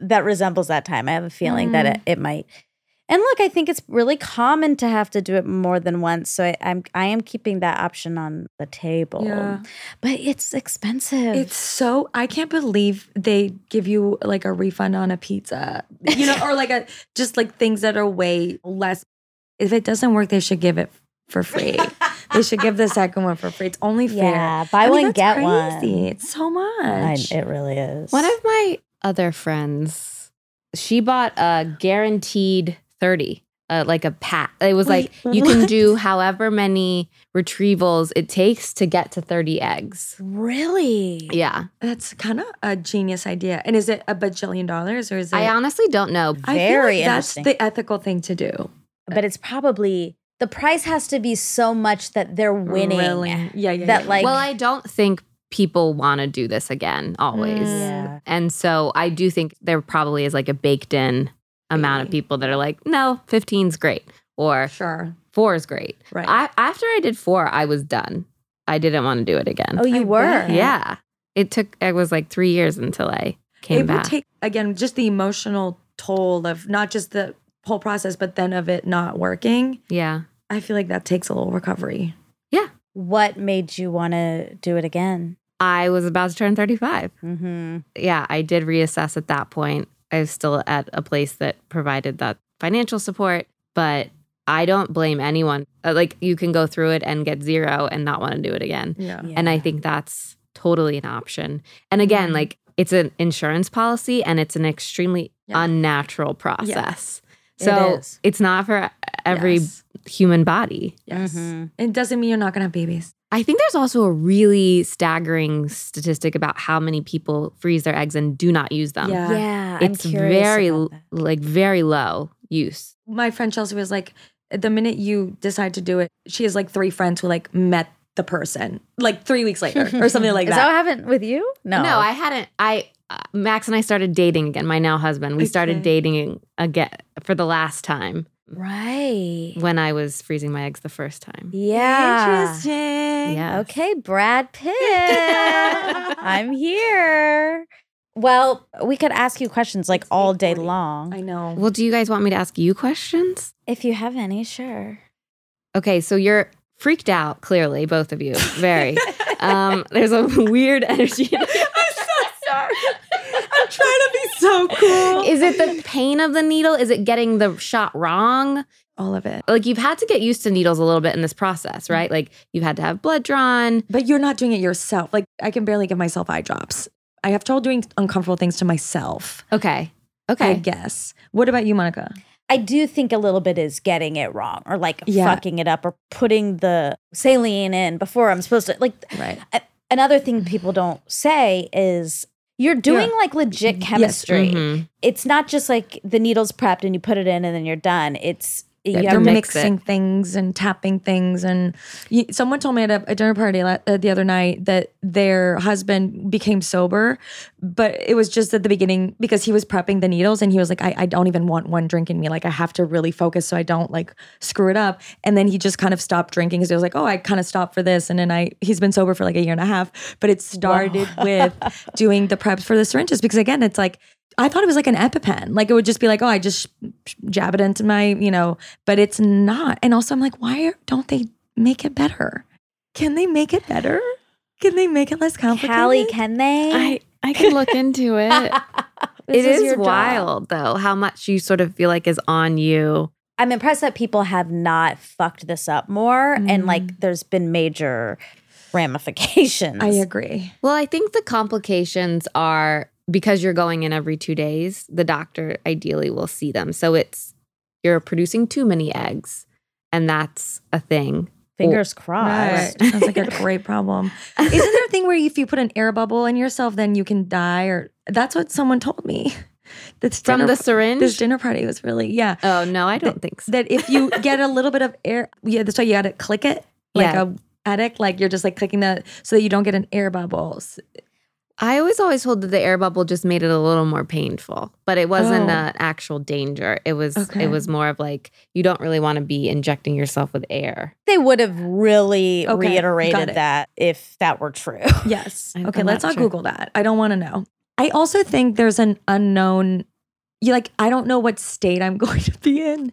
Speaker 2: that resembles that time. I have a feeling
Speaker 3: Mm.
Speaker 2: that it, it might. And look, I think it's really common to have to do it more than once. So I, I'm I am keeping that option on the table.
Speaker 3: Yeah.
Speaker 2: But it's expensive.
Speaker 3: It's so I can't believe they give you like a refund on a pizza, you know, or like a just like things that are way less. If it doesn't work, they should give it for free. they should give the second one for free. It's only fair.
Speaker 2: yeah, buy
Speaker 3: I mean,
Speaker 2: one
Speaker 3: that's
Speaker 2: get
Speaker 3: crazy.
Speaker 2: one.
Speaker 3: It's so much.
Speaker 2: I, it really is.
Speaker 4: One of my other friends, she bought a guaranteed 30, uh, like a pat. It was
Speaker 2: [LAUGHS] Wait,
Speaker 4: like you can
Speaker 2: what?
Speaker 4: do however many retrievals it takes to get to 30 eggs.
Speaker 2: really.
Speaker 4: Yeah.
Speaker 3: That's kind of a genius idea. And is it a bajillion dollars or is it?
Speaker 4: I honestly don't know.
Speaker 3: I feel
Speaker 2: Very
Speaker 3: that's
Speaker 2: interesting.
Speaker 3: the ethical thing to do.
Speaker 2: But it's probably the price has to be so much that they're winning.
Speaker 3: Really. Yeah, yeah.
Speaker 2: That,
Speaker 3: yeah.
Speaker 2: like-
Speaker 4: well, I don't think people want to do this again always.
Speaker 3: Mm.
Speaker 2: Yeah.
Speaker 4: And so I do think there probably is like a baked in amount of people that are like, no, 15's great or
Speaker 3: sure.
Speaker 4: four is great.
Speaker 3: Right.
Speaker 4: I, after I did four, I was done. I didn't want to do it again.
Speaker 2: Oh, you
Speaker 3: Mm, I
Speaker 2: were.
Speaker 3: bet.
Speaker 4: yeah. It took, it was like three years until I came
Speaker 3: it
Speaker 4: back.
Speaker 3: would take again just the emotional toll of not just the whole process, but then of it not working.
Speaker 4: yeah.
Speaker 3: I feel like that takes a little recovery.
Speaker 2: What made you want to do it again?
Speaker 4: I was about to turn 35.
Speaker 2: Mm-hmm.
Speaker 4: yeah, I did reassess at that point. I was still at a place that provided that financial support, but I don't blame anyone. Uh, Like you can go through it and get zero and not want to do it again.
Speaker 3: Yeah. Mm-hmm.
Speaker 4: And I think that's totally an option. And again, like it's an insurance policy and it's an extremely
Speaker 3: Yeah.
Speaker 4: unnatural process. So
Speaker 7: It is.
Speaker 4: it's not for every
Speaker 3: Yes.
Speaker 4: human body.
Speaker 3: Yes.
Speaker 2: Mhm.
Speaker 3: It doesn't mean you're not going to have babies.
Speaker 4: I think there's also a really staggering statistic about how many people freeze their eggs and do not use them.
Speaker 3: Yeah.
Speaker 7: yeah,
Speaker 4: It's very l- like very low use.
Speaker 3: My friend Chelsea was like, the minute you decide to do it, she has like three friends who like met the person like three weeks later or something [LAUGHS] like
Speaker 2: Is that what
Speaker 3: that.
Speaker 2: happened with you? No.
Speaker 4: No, I hadn't. I uh, Max and I started dating again. My now husband. We started
Speaker 3: Okay.
Speaker 4: dating again for the last time
Speaker 7: right.
Speaker 4: when I was freezing my eggs the first time.
Speaker 7: Yeah.
Speaker 3: Interesting.
Speaker 4: Yeah.
Speaker 2: Okay, Brad Pitt. I'm here. Well, we could ask you questions like all day
Speaker 3: 8:40.
Speaker 2: long.
Speaker 3: I know.
Speaker 4: Well, do you guys want me to ask you questions?
Speaker 2: If you have any, sure.
Speaker 4: Okay, so you're freaked out. Clearly, both of you. Very. um, there's a weird energy.
Speaker 2: [LAUGHS]
Speaker 3: I'm trying to be so cool.
Speaker 4: Is it the pain of the needle? Is it getting the shot wrong?
Speaker 3: All of it.
Speaker 4: Like you've had to get used to needles a little bit in this process, right? Like you've had to have blood drawn.
Speaker 3: But you're not doing it yourself. Like I can barely give myself eye drops. I have trouble doing uncomfortable things to myself.
Speaker 4: Okay. Okay.
Speaker 3: I guess. What about you, Monica?
Speaker 2: I do think a little bit is getting it wrong or like
Speaker 3: Yeah.
Speaker 2: fucking it up or putting the saline in before I'm supposed to. Like,
Speaker 3: Right.
Speaker 2: a- another thing people don't say is you're doing like legit chemistry.
Speaker 3: mm-hmm.
Speaker 4: Mhm.
Speaker 2: It's not just like the needle's prepped and you put it in and then you're done. It's, you
Speaker 3: Yeah,
Speaker 2: have
Speaker 3: they're
Speaker 2: to mix
Speaker 4: mix
Speaker 3: mixing things and tapping things. And you, someone told me at a, a dinner party la- uh, the other night that their husband became sober, but it was just at the beginning because he was prepping the needles and he was like, I, I don't even want one drink in me. Like, I have to really focus so I don't like screw it up. And then he just kind of stopped drinking because he was like, oh, I kind of stopped for this. And then I, he's been sober for like a year and a half, but it started with doing the preps for the syringes because again, it's like, I thought it was like an EpiPen. Like it would just be like, oh, I just jab it into my, you know, but it's not. And also, I'm like, why don't they make it better? Can they make it better? Can they make it less complicated?
Speaker 2: Callie, can they?
Speaker 4: I I could look into [LAUGHS] it. it is, wild though how much you sort of feel like is on you.
Speaker 2: I'm impressed that people have not fucked this up more and like there's been major ramifications.
Speaker 3: Mm. I agree.
Speaker 4: Well, I think the complications are because you're going in every 2 days, the doctor ideally will see them. So it's you're producing too many eggs and that's a thing.
Speaker 2: Fingers crossed.
Speaker 3: Right. Sounds like
Speaker 4: [LAUGHS]
Speaker 3: a great problem. Isn't there a thing where if you put an air bubble in yourself, then you can die? Or that's what someone told me. That's
Speaker 4: From the syringe?
Speaker 3: This dinner party was really yeah.
Speaker 4: oh no, I don't think so.
Speaker 3: that if you get a little bit of air, yeah, that's why you gotta click it like
Speaker 4: Yeah.
Speaker 3: a addict, like you're just like clicking that so that you don't get an air bubbles.
Speaker 4: I was always told that the air bubble just made it a little more painful, but it wasn't
Speaker 3: Oh.
Speaker 4: an actual danger. It was
Speaker 3: Okay.
Speaker 4: it was more of like you don't really want to be injecting yourself with air.
Speaker 2: They would have really
Speaker 3: Okay, got
Speaker 2: reiterated
Speaker 3: it.
Speaker 2: that if that were true.
Speaker 3: Yes.
Speaker 4: I'm-
Speaker 3: okay,
Speaker 4: I'm
Speaker 3: let's
Speaker 4: not
Speaker 3: not
Speaker 4: sure.
Speaker 3: Google that. I don't want to know. I also think there's an unknown. You like I don't know what state I'm [LAUGHS] going to be in.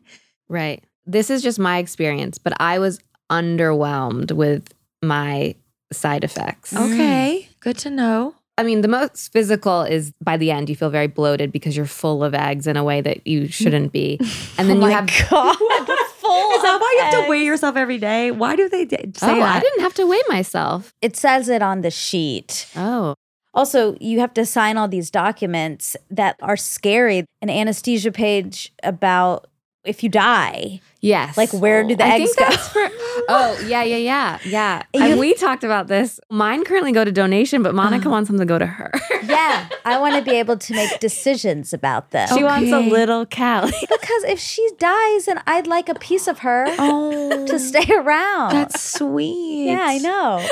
Speaker 4: Right. This is just my experience, but I was underwhelmed with my side effects.
Speaker 3: Okay, good to know.
Speaker 4: I mean, the most physical is by the end, you feel very bloated because you're full of eggs in a way that [LAUGHS] you shouldn't be. And
Speaker 2: [LAUGHS]
Speaker 4: then
Speaker 2: oh my
Speaker 4: you have.
Speaker 2: God. full [LAUGHS]
Speaker 3: Is that
Speaker 2: of
Speaker 3: why you have to
Speaker 2: eggs.
Speaker 3: weigh yourself every day? Why do they d- say
Speaker 4: Oh,
Speaker 3: that?
Speaker 4: I didn't have to weigh myself.
Speaker 2: It says it on the sheet.
Speaker 4: Oh,
Speaker 2: Also, you have to sign all these documents that are scary. An anesthesia page about if you die.
Speaker 4: yes.
Speaker 2: Like, where do the
Speaker 4: I
Speaker 2: eggs
Speaker 4: think
Speaker 2: go?
Speaker 4: that's for.
Speaker 2: [LAUGHS]
Speaker 4: Oh, yeah, yeah, yeah, yeah. And
Speaker 2: You- Uh-huh.
Speaker 4: we talked about this. Mine currently go to donation, but Monica wants them to go to
Speaker 2: [LAUGHS]
Speaker 4: her.
Speaker 2: Yeah, I want to be able to make decisions about
Speaker 4: [LAUGHS]
Speaker 2: them.
Speaker 4: she wants a
Speaker 3: Okay.
Speaker 4: little cow.
Speaker 2: Because if she dies, and I'd like a piece of her
Speaker 3: Oh,
Speaker 2: to stay around.
Speaker 3: that's sweet.
Speaker 2: yeah, I know.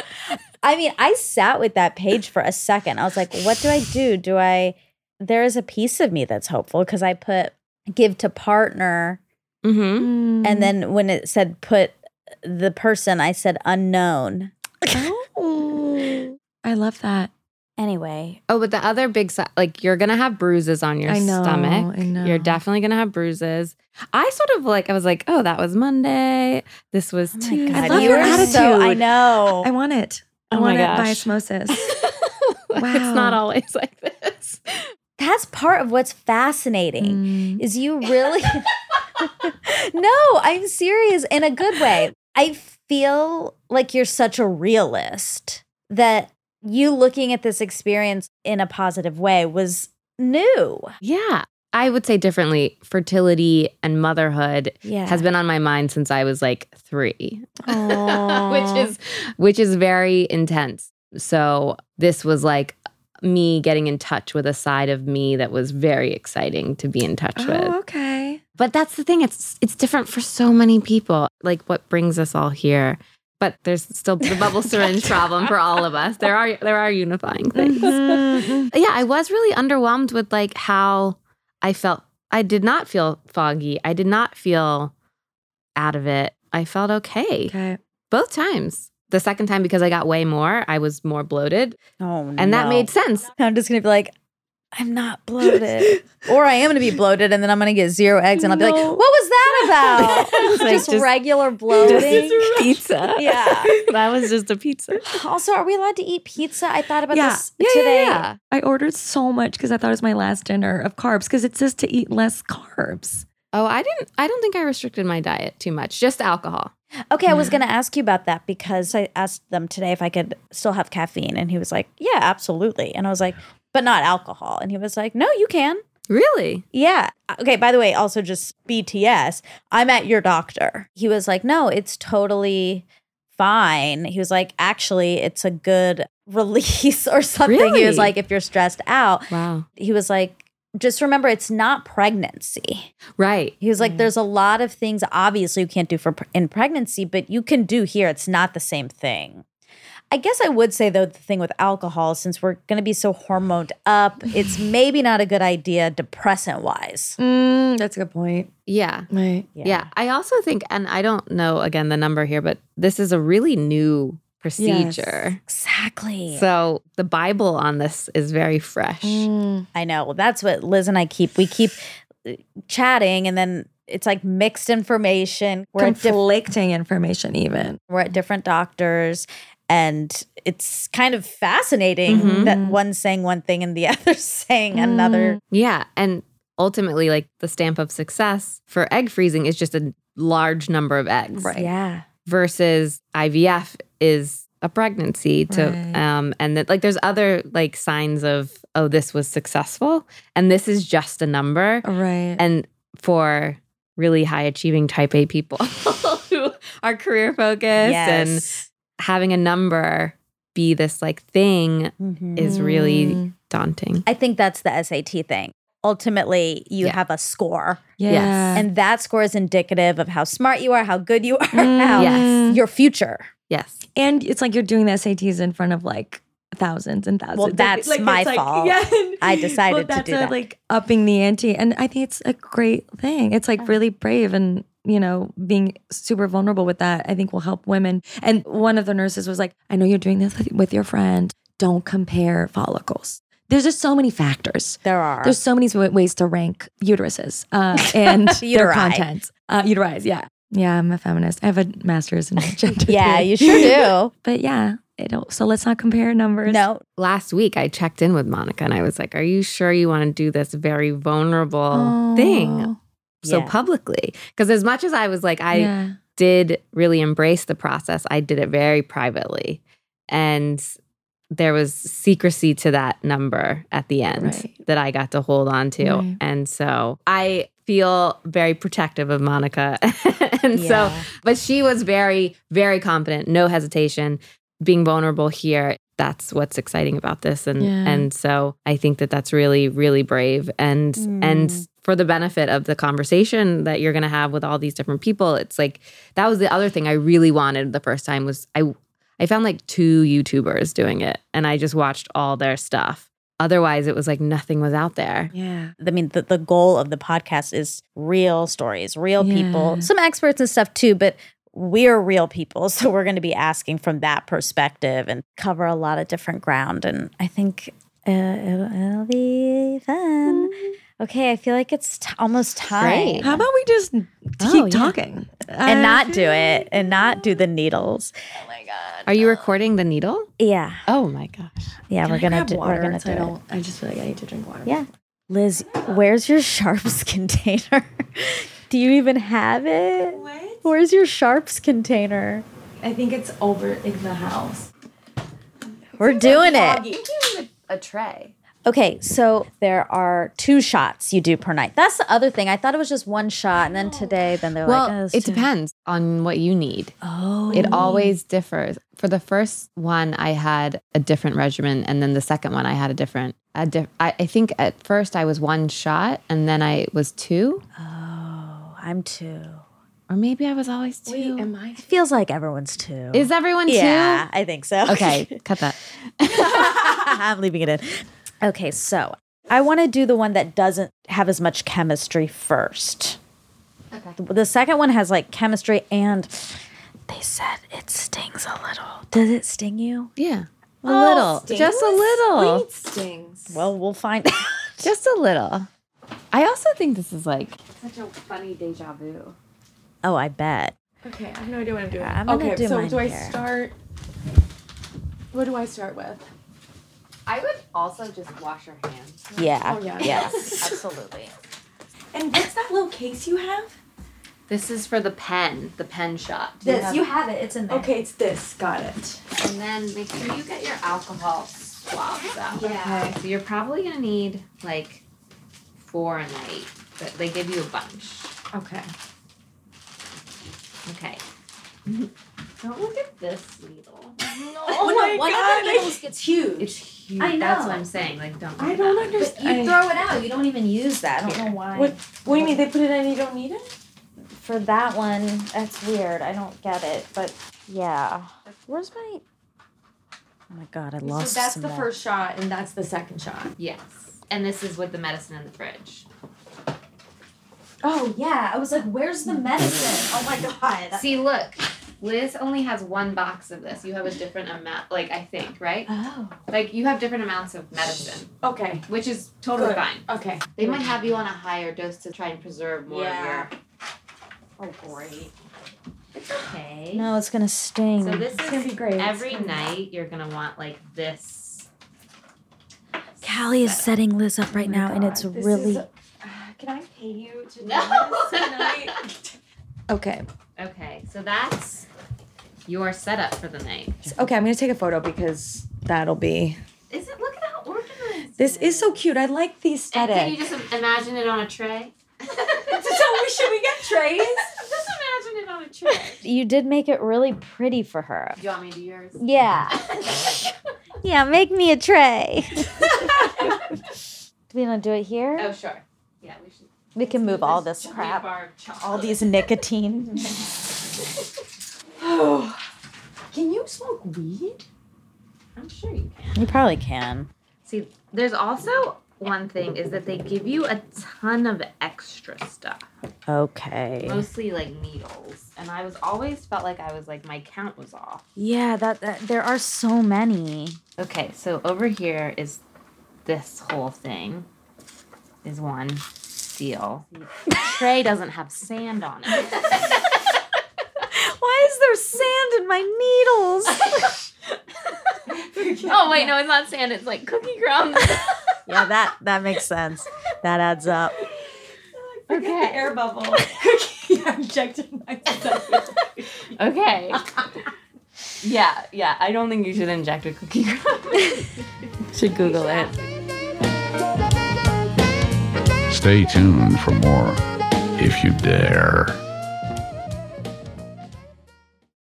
Speaker 2: I mean, I sat with that page for a second. I was like, what do I do? Do I, there is a piece of me that's hopeful because I put give to partner.
Speaker 4: mm-hmm.
Speaker 3: Mm.
Speaker 2: And then when it said put the person, I said unknown.
Speaker 3: Oh, I love that.
Speaker 2: Anyway,
Speaker 4: Oh, but the other big si- like you're gonna have bruises on your
Speaker 3: I know,
Speaker 4: stomach.
Speaker 3: I know.
Speaker 4: You're definitely gonna have bruises. I sort of like I was like, oh, that was Monday. This was
Speaker 2: oh my
Speaker 4: Tuesday.
Speaker 2: God,
Speaker 3: I love
Speaker 2: you
Speaker 3: your
Speaker 2: are so, I
Speaker 3: attitude.
Speaker 2: know.
Speaker 3: I want it. I
Speaker 4: Oh my
Speaker 3: want it by
Speaker 4: gosh. [LAUGHS]
Speaker 3: osmosis.
Speaker 4: It's not
Speaker 3: Wow.
Speaker 4: always [LAUGHS] like this.
Speaker 2: That's part of what's fascinating
Speaker 3: Mm.
Speaker 2: is you really [LAUGHS] No, I'm serious in a good way. I feel like you're such a realist that you looking at this experience in a positive way was new.
Speaker 4: Yeah. I would say differently. Fertility and motherhood
Speaker 2: Yeah.
Speaker 4: has been on my mind since I was like three, [LAUGHS]
Speaker 2: Aw.
Speaker 4: which is which is very intense. So this was like me getting in touch with a side of me that was very exciting to be in touch with.
Speaker 3: Oh, okay.
Speaker 4: But that's the thing. It's it's different for so many people. Like what brings us all here. But there's still the
Speaker 2: [LAUGHS]
Speaker 4: bubble syringe problem for all of us. There are there are unifying things. yeah, I was really underwhelmed with like how I felt. I did not feel foggy. I did not feel out of it. I felt okay
Speaker 3: Okay.
Speaker 4: both times. The second time because I got way more, I was more bloated,
Speaker 2: Oh,
Speaker 4: and that
Speaker 2: no.
Speaker 4: made sense.
Speaker 2: I'm just gonna be like, I'm not
Speaker 4: [LAUGHS]
Speaker 2: bloated, or I am gonna be bloated, and then I'm gonna get zero eggs, and I'll be like,
Speaker 4: No.
Speaker 2: what was
Speaker 4: [LAUGHS]
Speaker 2: that about?
Speaker 4: Like,
Speaker 2: just,
Speaker 4: just- [LAUGHS]
Speaker 2: regular bloating.
Speaker 4: Oh, pizza. [LAUGHS]
Speaker 2: Yeah.
Speaker 4: that was just a pizza.
Speaker 2: Also, are we allowed to eat pizza? I thought about
Speaker 3: Yeah.
Speaker 2: this
Speaker 4: Yeah, yeah,
Speaker 2: today.
Speaker 4: yeah.
Speaker 3: I ordered so much because I thought it was my last dinner of carbs because it says to eat less carbs.
Speaker 4: Oh, I didn't. I don't think I restricted my diet too much. Just alcohol.
Speaker 2: Okay, I was going to ask you about that because I asked them today if I could still have caffeine, and he was like, "Yeah, absolutely." And I was like, "But not alcohol." And he was like, "No, you can."
Speaker 4: Really?
Speaker 2: Yeah. Uh, Okay. By the way, also just BTS, I'm at your doctor. He was like, no, it's totally fine. He was like, actually, it's a good [LAUGHS] release or something. He
Speaker 4: Really?
Speaker 2: was like, if you're stressed out,
Speaker 4: Wow.
Speaker 2: he was like, just remember it's not pregnancy.
Speaker 4: Right.
Speaker 2: He was like, there's a lot of things obviously you can't do for in pregnancy, but you can do here. It's not the same thing. I guess I would say though the thing with alcohol, since we're going to be so hormoned up, it's maybe not a good idea depressant wise.
Speaker 3: Mm, that's a good point.
Speaker 4: Yeah.
Speaker 3: Right.
Speaker 4: yeah. I also think, and I don't know again the number here, but this is a really new procedure.
Speaker 2: Exactly.
Speaker 4: So the Bible on this is very fresh.
Speaker 3: Mm.
Speaker 2: I know. Well, that's what Liz and I keep. We keep uh, chatting, and then it's like mixed information. We're at, diff-
Speaker 3: Conflicting information, even.
Speaker 2: we're at different doctors, and it's kind of fascinating
Speaker 4: Mhm.
Speaker 2: that one's saying one thing and the [LAUGHS] other's saying another.
Speaker 4: Yeah. And ultimately, like the stamp of success for egg freezing is just a large number of eggs.
Speaker 3: Right.
Speaker 2: Yeah.
Speaker 4: Versus IVF is a pregnancy to
Speaker 3: Right.
Speaker 4: um and that like there's other like signs of oh this was successful and this is just a number
Speaker 3: Right.
Speaker 4: and for really high achieving type A people [LAUGHS] who are career focused and having a number be this like thing
Speaker 2: Mhm.
Speaker 4: is really daunting.
Speaker 2: I think that's the SAT thing. Ultimately, you
Speaker 4: Yeah.
Speaker 2: have a score,
Speaker 3: yeah.
Speaker 4: Yes.
Speaker 2: and that score is indicative of how smart you are, how good you are, how
Speaker 4: Yes.
Speaker 2: your future.
Speaker 4: Yes.
Speaker 3: And it's like you're doing the SATs in front of like thousands and thousands.
Speaker 2: Well,
Speaker 3: Like,
Speaker 2: that's
Speaker 3: like,
Speaker 2: my
Speaker 3: it's like-
Speaker 2: fault. [LAUGHS]
Speaker 3: Yeah.
Speaker 2: I decided
Speaker 3: Well,
Speaker 2: to
Speaker 3: that's
Speaker 2: do
Speaker 3: a,
Speaker 2: that.
Speaker 3: Like upping the ante, and I think it's a great thing. It's like really brave and. You know, being super vulnerable with that, I think will help women. And one of the nurses was like, I know you're doing this with- with your friend. Don't compare follicles. There's just so many factors.
Speaker 2: There are.
Speaker 3: There's so many w- ways to rank uteruses
Speaker 2: [LAUGHS]
Speaker 3: uh, and their
Speaker 2: Uteri.
Speaker 3: contents. Uh, uterize, yeah. Yeah, I'm a feminist. I have a
Speaker 2: [LAUGHS]
Speaker 3: master's in gender. [LAUGHS]
Speaker 2: yeah,
Speaker 3: theory.
Speaker 2: you sure do.
Speaker 3: But yeah, it al- so let's not compare numbers.
Speaker 2: no,
Speaker 4: Last week I checked in with Monica and I was like, "Are you sure you want to do this very vulnerable
Speaker 3: Oh,
Speaker 4: thing so
Speaker 2: Yeah.
Speaker 4: publicly?" Because as much as I was like I
Speaker 3: yeah.
Speaker 4: did really embrace the process, I did it very privately. And there was secrecy to that number at the end
Speaker 3: Right.
Speaker 4: that I got to hold on to.
Speaker 3: Right.
Speaker 4: And so I feel very protective of Monica. [LAUGHS] and so
Speaker 2: Yeah.
Speaker 4: but she was very very confident no hesitation being vulnerable here that's what's exciting about this and
Speaker 3: Yeah.
Speaker 4: and so i think that that's really really brave and and for the benefit of the conversation that you're going to have with all these different people it's like that was the other thing i really wanted the first time was i i found like two youtubers doing it and i just watched all their stuff otherwise it was like nothing was out there
Speaker 3: Yeah.
Speaker 2: I mean, the, the goal of the podcast is real stories, real
Speaker 3: Yeah.
Speaker 2: people, some experts and stuff too, but we're real people. [LAUGHS] So we're going to be asking from that perspective and cover a lot of different ground. And I think uh, it'll, it'll be fun. Okay, I feel like it's t- almost time.
Speaker 4: Great.
Speaker 3: How about we just keep
Speaker 4: Oh, yeah.
Speaker 3: talking
Speaker 2: And not do it and not do the needles.
Speaker 4: are you recording the needle
Speaker 2: Yeah.
Speaker 4: oh my gosh
Speaker 2: Yeah, we're going to do
Speaker 3: water.
Speaker 2: we're going to do
Speaker 3: I
Speaker 2: it.
Speaker 3: don't. I just feel like I need to drink water.
Speaker 2: Yeah. Liz, where's your sharps [LAUGHS] container? Do you even have it?
Speaker 3: What?
Speaker 2: Where's your sharps container?
Speaker 3: I think it's over in the house.
Speaker 2: We're doing it.
Speaker 4: a tray.
Speaker 2: Okay, so there are two shots you do per night. That's the other thing. I thought it was just one shot, and then today, then they're
Speaker 4: Well,
Speaker 2: like, oh, it's
Speaker 4: it
Speaker 2: two.
Speaker 4: depends on what you need. Oh. It always differs. For the first one, I had a different regimen, and then the second one, I had a different. A diff- I, I think at first I was one shot, and then I was two,
Speaker 2: I'm two.
Speaker 4: or maybe I was always two.
Speaker 2: It feels like everyone's two.
Speaker 4: Is everyone
Speaker 2: yeah, I think so. [LAUGHS]
Speaker 4: two? Okay, cut that.
Speaker 2: I'm leaving it in. Okay, so I want to do the one that doesn't have as much chemistry first. Okay. The second one has like chemistry, and they said it stings a little. Does it sting you?
Speaker 4: Yeah, a
Speaker 8: Oh,
Speaker 4: little, just a little.
Speaker 3: Stings.
Speaker 2: Well, we'll find [LAUGHS] out.
Speaker 4: Just a little. I also think this is like such a funny deja vu.
Speaker 2: Oh, I bet.
Speaker 8: Okay, I have no idea what I'm doing.
Speaker 2: I'm gonna
Speaker 8: okay,
Speaker 2: do
Speaker 8: so
Speaker 2: mine
Speaker 8: do I
Speaker 2: here.
Speaker 8: start? What do I start with?
Speaker 4: I would also just wash your hands.
Speaker 2: Yeah.
Speaker 8: Oh, yeah. [LAUGHS]
Speaker 2: Yes. Absolutely.
Speaker 3: And what's that little case you have?
Speaker 4: This is for the pen, the pen shot.
Speaker 2: This, you have it. It's in there.
Speaker 8: [LAUGHS] Okay, it's this. Got it.
Speaker 4: And then make sure you get your alcohol swabs out. Yeah. So you're probably gonna need like four a night, but they give you a bunch.
Speaker 3: Okay.
Speaker 4: Okay. [LAUGHS] Don't look at this needle.
Speaker 8: Oh my god!
Speaker 7: It's huge.
Speaker 4: It's huge.
Speaker 7: I
Speaker 4: That's what
Speaker 7: know.
Speaker 4: I'm saying. Like, don't. Look
Speaker 8: I
Speaker 4: at
Speaker 8: don't
Speaker 4: that.
Speaker 8: understand.
Speaker 7: throw it out. You don't even use that. I don't know
Speaker 8: I-
Speaker 7: why.
Speaker 8: what, what do you mean? They put it in and you don't need it?
Speaker 2: For that one, that's weird. I don't get it, but yeah. Where's my? Oh my god, I lost.
Speaker 8: so that's
Speaker 2: some
Speaker 8: the
Speaker 2: more.
Speaker 8: first shot, and that's the second shot.
Speaker 4: Yes. And this is with the medicine in the fridge.
Speaker 7: Oh yeah. I was like, where's the medicine? Oh my god.
Speaker 4: See, look. Liz only has one box of this. You have a different amount, like I think, right?
Speaker 7: Oh.
Speaker 4: Like you have different amounts of medicine,
Speaker 8: Okay.
Speaker 4: which is totally
Speaker 8: Good.
Speaker 4: fine.
Speaker 8: Okay.
Speaker 4: They might have you on a higher dose to try and preserve more
Speaker 7: Yeah.
Speaker 4: of your.
Speaker 8: Oh great.
Speaker 4: It's okay.
Speaker 2: No, it's gonna sting.
Speaker 4: So this
Speaker 8: It's gonna
Speaker 4: is
Speaker 8: be great.
Speaker 4: every night you're gonna want like this.
Speaker 2: Callie is setting Liz up right now, and it's really.
Speaker 8: uh, can I pay you to do
Speaker 4: No.
Speaker 8: this tonight?
Speaker 3: Okay.
Speaker 4: [LAUGHS] Okay, so that's your setup for the night.
Speaker 3: Okay, I'm gonna take a photo because that'll be.
Speaker 4: Is it? Look at how organized.
Speaker 3: This
Speaker 4: it
Speaker 3: is so cute. I like the
Speaker 4: And
Speaker 3: aesthetic.
Speaker 4: can you just imagine it on a tray?
Speaker 8: so we should we get trays?
Speaker 4: Just imagine it on a tray.
Speaker 2: You did make it really pretty for her.
Speaker 4: Do you want me to do yours? [LAUGHS] Oh,
Speaker 2: Yeah. yeah, make me a tray. Do we want to do it here?
Speaker 4: Oh sure. Yeah, we should.
Speaker 2: we can move all this crap, all these nicotine.
Speaker 8: Can you smoke weed?
Speaker 4: I'm sure you can.
Speaker 2: you probably can.
Speaker 4: See, there's also one thing is that they give you a ton of extra stuff.
Speaker 2: Okay.
Speaker 4: mostly like needles and i was always felt like i was like my count was off
Speaker 2: Yeah, that, that there are so many.
Speaker 4: okay so over here is this whole thing is one
Speaker 2: [LAUGHS]
Speaker 4: deal tray doesn't have sand on it
Speaker 2: Why is there sand in my needles?
Speaker 4: [LAUGHS] oh wait no it's not sand it's like cookie
Speaker 2: [LAUGHS]
Speaker 4: crumbs
Speaker 2: yeah, that that makes sense. That adds up.
Speaker 4: okay
Speaker 8: Air bubble. Cookie. I [LAUGHS] injected myself. with-
Speaker 4: okay yeah yeah i don't think you should inject a cookie [LAUGHS] crumb
Speaker 8: [LAUGHS]
Speaker 4: should google it
Speaker 5: Stay tuned for more if you dare.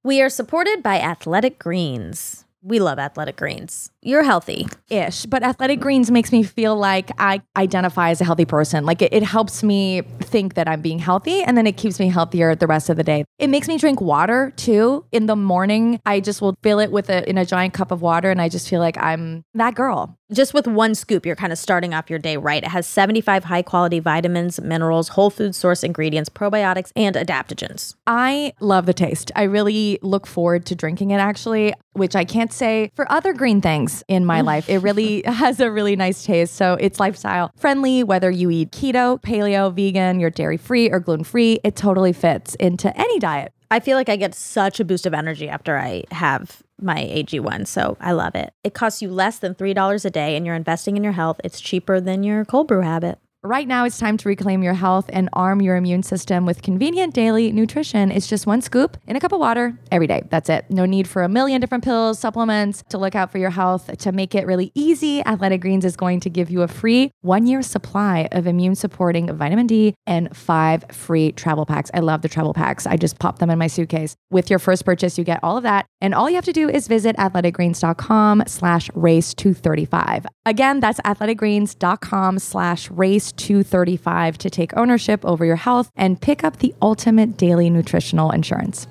Speaker 7: We are supported by Athletic Greens. We love Athletic Greens. You're healthy.
Speaker 6: ish, but athletic greens makes me feel like I identify as a healthy person. Like it, it helps me think that I'm being healthy and then it keeps me healthier the rest of the day. It [LAUGHS] makes me drink water too. In the morning, I just will fill it with a in a giant cup of water and I just feel like I'm that girl.
Speaker 7: Just with one scoop, you're kind of starting off your day right. It has 75 high quality vitamins, minerals, whole food source ingredients, probiotics, and adaptogens.
Speaker 6: I love the taste. I really look forward to drinking it actually, which I can't say for other green things in [LAUGHS] my life. It really has a really nice taste. So it's lifestyle friendly, whether you eat keto, paleo, vegan, you're dairy free or gluten free, it totally fits into any diet.
Speaker 7: I feel like I get such a boost of energy after I have my AG1, so I love it. It costs you less than $3 a day, and you're investing in your health. It's cheaper than your cold brew habit.
Speaker 3: Right now, it's time to reclaim your health and arm your immune system with convenient daily nutrition. It's just one scoop in a cup of water every day. That's it. No need for a million different pills, supplements to look out for your health. To make it really easy, Athletic Greens is going to give you a free one year supply of immune supporting vitamin D and five free travel packs. I love the travel packs. I just pop them in my suitcase. With your first purchase, you get all of that. And all you have to do is visit athleticgreens.com slash race 235. Again, that's athleticgreens.com slash race 235 to take ownership over your health and pick up the ultimate daily nutritional insurance.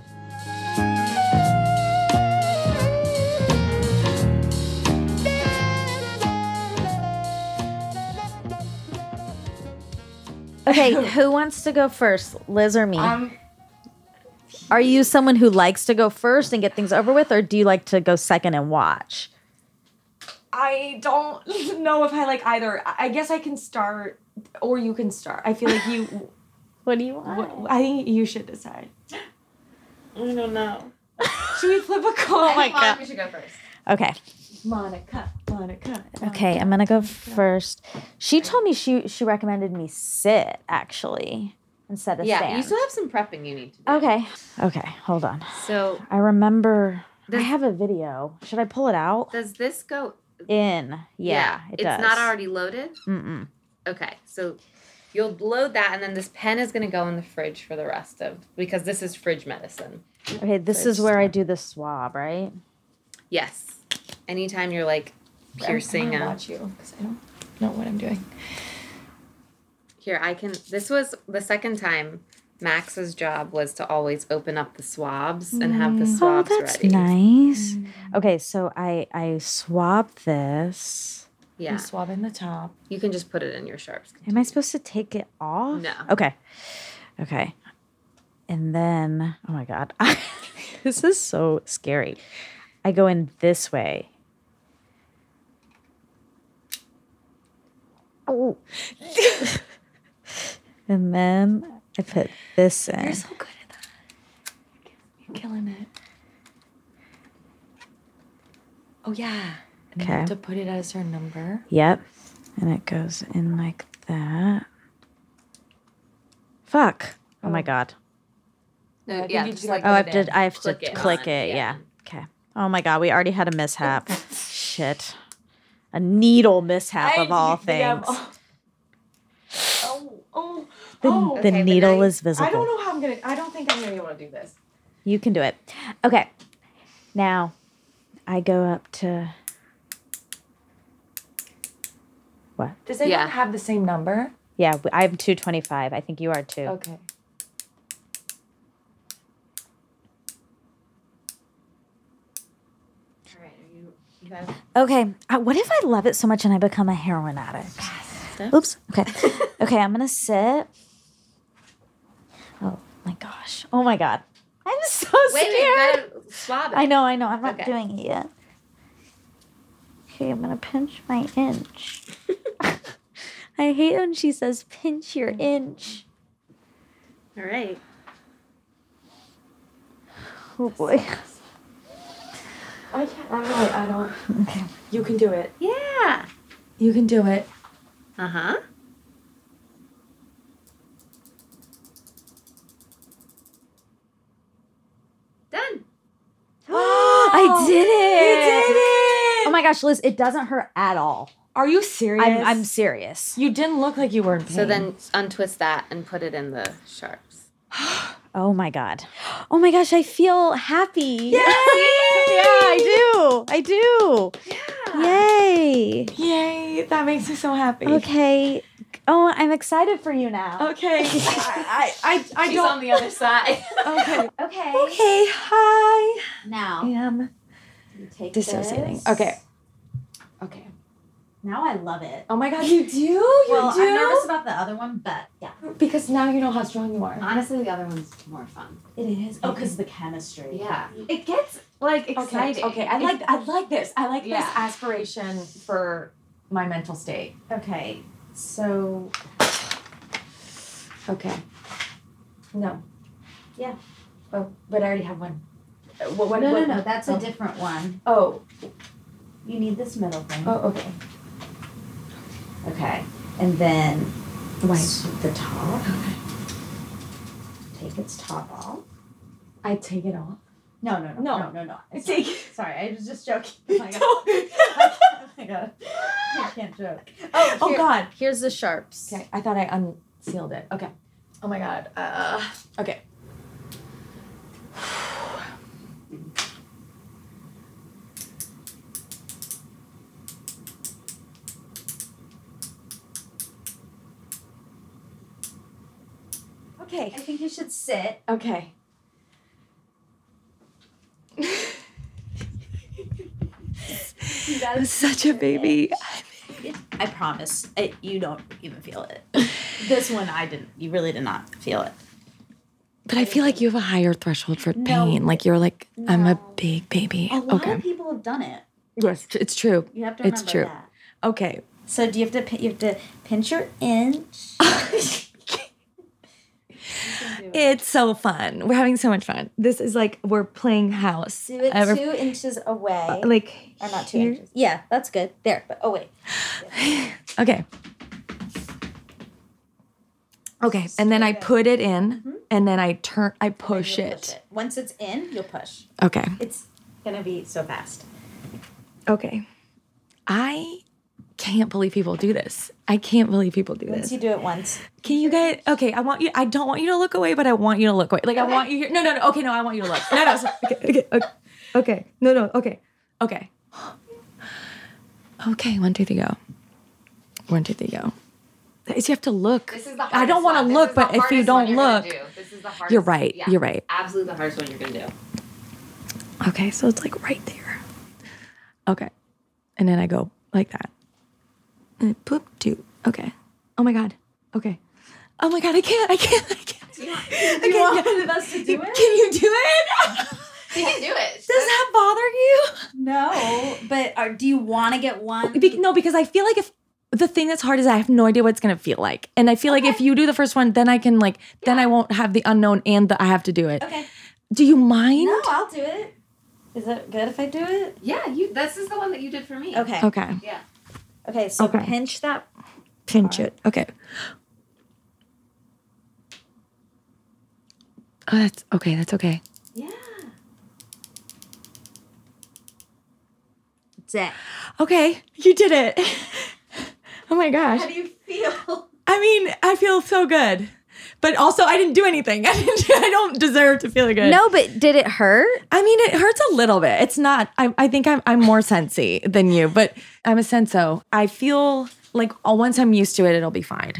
Speaker 4: [LAUGHS]
Speaker 2: Okay, who wants to go first, Liz or me?
Speaker 4: Um,
Speaker 2: Are you someone who likes to go first and get things over with, or do you like to go second and watch?
Speaker 8: I don't [LAUGHS] know if I like either. I I guess I can start, or you can start. I feel like you.
Speaker 2: [LAUGHS] What do you want?
Speaker 8: wh- I think you should decide. I don't know. should we flip a coin? Oh my god.
Speaker 2: Okay.
Speaker 8: Monica, Monica.
Speaker 2: Okay, I'm gonna go first. She told me she she recommended me sit actually instead of stand.
Speaker 4: have some prepping you need to
Speaker 2: okay. Okay, hold on.
Speaker 4: So
Speaker 2: I remember. I have a video. Should I pull it out?
Speaker 4: does this go?
Speaker 2: In. Yeah, it
Speaker 4: it's
Speaker 2: does.
Speaker 4: not already loaded.
Speaker 2: Mm-mm.
Speaker 4: Okay, so you'll load that, and then this pen is going to go in the fridge for the rest of because this is fridge medicine.
Speaker 2: Okay, this is where I do the swab, right?
Speaker 4: Yes, anytime you're like piercing a
Speaker 8: Watch you, because I don't know what I'm doing.
Speaker 4: Here, I can. This was the second time Max's job was to always open up the swabs and have the swabs ready.
Speaker 2: Mm. Oh, nice. Mm. Okay, so I I swab this.
Speaker 4: Yeah,
Speaker 8: Swabbing the top.
Speaker 4: you can just put it in your sharps.
Speaker 2: Am I supposed to take it off?
Speaker 4: No.
Speaker 2: Okay. Okay. And then, oh my god, [LAUGHS] this is so scary. I go in this way. Oh. [LAUGHS] and then I put this in.
Speaker 8: So good at that. You're killing it. Oh yeah. And then you have
Speaker 2: Okay.
Speaker 8: To put it at a certain number.
Speaker 2: Yep. And it goes in like that. Fuck. Oh, my god.
Speaker 4: No, Uh, yeah, just like
Speaker 2: Oh, I have to I have
Speaker 4: Click
Speaker 2: to
Speaker 4: it
Speaker 2: click
Speaker 4: on,
Speaker 2: it.
Speaker 4: yeah.
Speaker 2: Yeah. Okay. Oh my god, we already had a mishap. Shit. A needle mishap of all things.
Speaker 8: Oh, oh,
Speaker 2: the,
Speaker 8: oh.
Speaker 2: the
Speaker 4: Okay, but
Speaker 2: needle
Speaker 4: now
Speaker 2: is visible.
Speaker 8: I don't know how I'm gonna. I don't think I'm gonna be able to do this.
Speaker 2: You can do it. Okay. Now I go up to
Speaker 8: Does anyone
Speaker 4: Yeah.
Speaker 8: have the same number?
Speaker 2: Yeah, I'm 225. I think you are too.
Speaker 8: Okay.
Speaker 2: Okay. Uh, what if I love it so much and I become a heroin addict? Oops. Okay. [LAUGHS] okay, I'm going to sit. Oh my gosh. Oh my God. I'm so
Speaker 4: Wait, wait, you
Speaker 2: scared.
Speaker 4: gotta swab it.
Speaker 2: I know, I know. I'm not
Speaker 4: Okay.
Speaker 2: doing it yet. Okay, I'm going to pinch my inch. [LAUGHS] I hate when she says pinch your inch.
Speaker 4: All right.
Speaker 2: Oh boy.
Speaker 8: I can't. I don't. I don't. Okay. You can do it.
Speaker 4: Yeah.
Speaker 8: You can do it.
Speaker 4: Uh huh. Done.
Speaker 2: I [GASPS] did it. You did it. Oh my gosh, Liz, it doesn't hurt at all.
Speaker 8: Are you serious?
Speaker 2: I'm, I'm serious.
Speaker 8: You didn't look like you were in pain.
Speaker 4: So then untwist that and put it in the sharps.
Speaker 2: Oh my god. Oh my gosh, I feel happy. Yay! [LAUGHS] yeah, I do. I do. Yay.
Speaker 8: Yay! That makes me so happy.
Speaker 2: Okay. Oh, I'm excited for you now.
Speaker 8: [LAUGHS] Okay. [LAUGHS] I, I, I, I don't.
Speaker 4: the other [LAUGHS] side.
Speaker 8: Okay.
Speaker 2: Okay.
Speaker 8: Oh, Okay. Hi.
Speaker 2: Now.
Speaker 8: am
Speaker 2: you Take
Speaker 8: dissociating.
Speaker 2: this.
Speaker 8: Okay. Okay.
Speaker 2: Now I love it.
Speaker 8: Oh my God! You do. You
Speaker 2: well,
Speaker 8: do.
Speaker 2: I'm nervous about the other one, but yeah.
Speaker 8: because now you know how strong you are.
Speaker 4: Honestly, the other one's more fun.
Speaker 2: It is. Oh, because the chemistry.
Speaker 4: Yeah.
Speaker 8: It gets like
Speaker 4: exciting.
Speaker 8: Okay. I like. I like this. I like this
Speaker 4: Yeah.
Speaker 8: aspiration for my mental state.
Speaker 2: Okay. So
Speaker 8: Okay. No.
Speaker 2: Yeah.
Speaker 8: Oh, but I already have one. Uh, What? what,
Speaker 2: no,
Speaker 8: what
Speaker 2: no, no. That's
Speaker 8: oh.
Speaker 2: a different one.
Speaker 8: Oh.
Speaker 2: You need this middle thing.
Speaker 8: Oh. Okay.
Speaker 2: Okay. And then
Speaker 9: to the top. Take its top off.
Speaker 10: I take it off.
Speaker 9: No, no, no,
Speaker 10: No.
Speaker 9: no, no, no.
Speaker 10: I
Speaker 9: It's
Speaker 10: take
Speaker 9: not- Sorry, I was just joking. Oh
Speaker 2: [LAUGHS]
Speaker 9: my god.
Speaker 10: it.
Speaker 9: Oh my god. I can't joke. Oh,
Speaker 10: oh
Speaker 9: here-
Speaker 10: God.
Speaker 2: Here's the sharps.
Speaker 10: Okay, I thought I unsealed it. Okay. Oh my God. Uh, okay. Okay.
Speaker 2: I think you should sit. [LAUGHS]
Speaker 10: Okay.
Speaker 11: I'm such a baby.
Speaker 2: I promise, it, you don't even feel it. [LAUGHS] this one, I didn't. You really did not feel it.
Speaker 3: But I feel like you have a higher threshold for pain. Like you're like, I'm a big baby.
Speaker 2: A lot
Speaker 3: Okay.
Speaker 2: of people have done it.
Speaker 3: Yes, it's true.
Speaker 2: You have to remember
Speaker 3: It's true.
Speaker 2: that.
Speaker 3: Okay.
Speaker 2: So do you have to pin- you have to pinch your inch?
Speaker 3: It's so fun. We're having so much fun. This is like we're playing house.
Speaker 2: Do it
Speaker 3: Ever-
Speaker 2: two inches away,
Speaker 3: like
Speaker 2: or not two inches? Yeah, that's good. There. But, oh wait.
Speaker 3: Okay. Okay, and then I put it in,
Speaker 2: Mm-hmm.
Speaker 3: and then I turn. I push
Speaker 2: You'll
Speaker 3: it.
Speaker 2: push it. Once it's in, you'll push.
Speaker 3: Okay.
Speaker 2: It's gonna be so fast.
Speaker 3: Okay. I can't believe people do this. I can't believe people do
Speaker 2: Once
Speaker 3: this.
Speaker 2: you do it once,
Speaker 3: Can you guys? Okay, I want you. I don't want you to look away, but I want you to look away. Like I want you here. No, no, no. Okay, no, I want you to look. No, no. so- okay, okay, okay, okay. No, no. Okay, okay. Okay. One, two, three, go. One, two, three, go. It's- You have to look.
Speaker 4: This is the hardest
Speaker 3: I don't want
Speaker 4: one.
Speaker 3: to
Speaker 4: This
Speaker 3: look,
Speaker 4: is the
Speaker 3: but if you
Speaker 4: hardest one
Speaker 3: don't
Speaker 4: you're gonna
Speaker 3: look,
Speaker 4: do. this is the hardest.
Speaker 3: you're right.
Speaker 4: yeah.
Speaker 3: You're right.
Speaker 4: Absolutely the hardest one you're gonna do.
Speaker 3: Okay, so it's like right there. Okay. And then I go like that. And poop two. Okay. Oh my god. Okay. Oh my god, I can't, I can't, I can't. Do [LAUGHS] you want us to do it? Can [LAUGHS] you do
Speaker 4: [LAUGHS]
Speaker 3: it?
Speaker 4: You can do it.
Speaker 3: Does that bother
Speaker 2: [LAUGHS] no. But are, do you want to get one?
Speaker 3: you? Be- no, because I feel like if the thing that's hard is I have no idea what it's gonna feel like. And I feel like if you do the first one, then I can like then I won't have the unknown and the I have to do it.
Speaker 2: Okay.
Speaker 3: Do you mind?
Speaker 2: No, I'll do it. Is it good if I do it?
Speaker 4: Yeah, you. This is the one that you did for me.
Speaker 2: Okay.
Speaker 3: Okay.
Speaker 2: Okay. So
Speaker 3: Okay.
Speaker 2: pinch that.
Speaker 3: Pinch it. Okay. Oh, that's okay. That's okay.
Speaker 4: Yeah.
Speaker 2: That's it.
Speaker 3: Okay, you did it. [LAUGHS] oh my gosh. How do you feel? I mean, I feel so good, but also I didn't do anything. [LAUGHS] I, didn't, I don't deserve to feel good.
Speaker 12: No, but did it hurt?
Speaker 3: I mean it hurts a little bit. It's not. I, I think I'm I'm more sensy than you, but I'm a senso. I feel like oh, once I'm used to it, it'll be fine.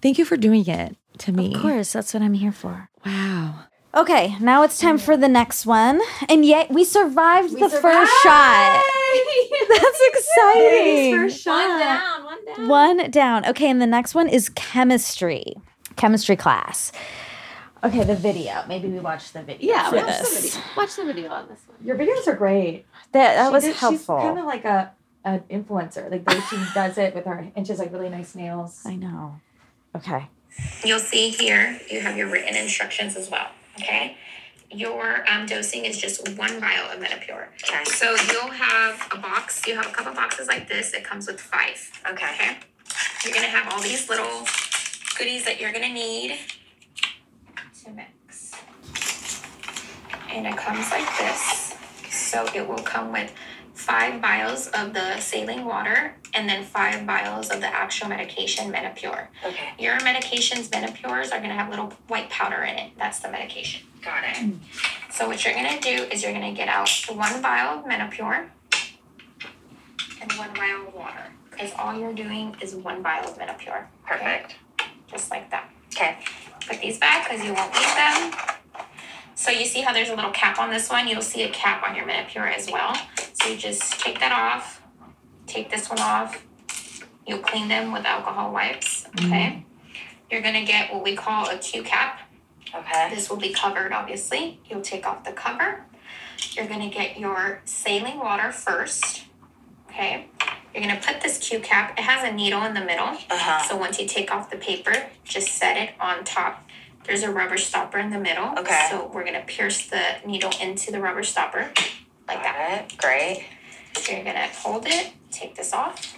Speaker 3: Thank you for doing it to me.
Speaker 12: Of course, that's what I'm here for.
Speaker 3: Wow.
Speaker 12: Okay, now it's time for the next one. And yet we survived the first shot. [LAUGHS] That's exciting.
Speaker 4: One down. One down.
Speaker 12: One down. Okay, and the next one is chemistry. Chemistry class.
Speaker 2: Okay. The video. Maybe we watch the video.
Speaker 4: Yeah.
Speaker 2: for
Speaker 4: Watch
Speaker 2: this.
Speaker 4: the video. Watch the video on this one.
Speaker 10: Your videos are great.
Speaker 12: That, that
Speaker 10: She
Speaker 12: was
Speaker 10: did-
Speaker 12: helpful.
Speaker 10: She's kind of like a an influencer. Like the way she does it with her, and she has like really nice nails.
Speaker 12: I know. Okay.
Speaker 13: You'll see here, you have your written instructions as well, okay? Your um, dosing is just one vial of Metapure. Okay. So you'll have a box, you have a couple boxes like this, it comes with five. Okay. okay? You're gonna have all these little goodies that you're gonna need to mix. And it comes like this. So it will come with five vials of the saline water and then five vials of the actual medication, Metapure.
Speaker 4: Okay.
Speaker 13: Your medications, Menopures, are going to have little white powder in it. That's the medication. Got it. So what you're going to do is you're going to get out one vial of Menopure and one vial of water. Because all you're doing is one vial of Menopure. Perfect. Just like that. Okay. Put these back because you won't need them. So you see how there's a little cap on this one? You'll see a cap on your Menopure as well. So you just take that off, take this one off. You'll clean them with alcohol wipes, okay? You're gonna get what we call a Q cap.
Speaker 4: Okay.
Speaker 13: This will be covered, obviously. You'll take off the cover. You're gonna get your saline water first, okay? You're gonna put this Q cap. It has a needle in the middle.
Speaker 4: Uh-huh.
Speaker 13: So once you take off the paper, just set it on top. There's a rubber stopper in the middle.
Speaker 4: Okay.
Speaker 13: So we're gonna pierce the needle into the rubber stopper, like that.
Speaker 4: Got it. Great.
Speaker 13: So you're gonna hold it, take this off,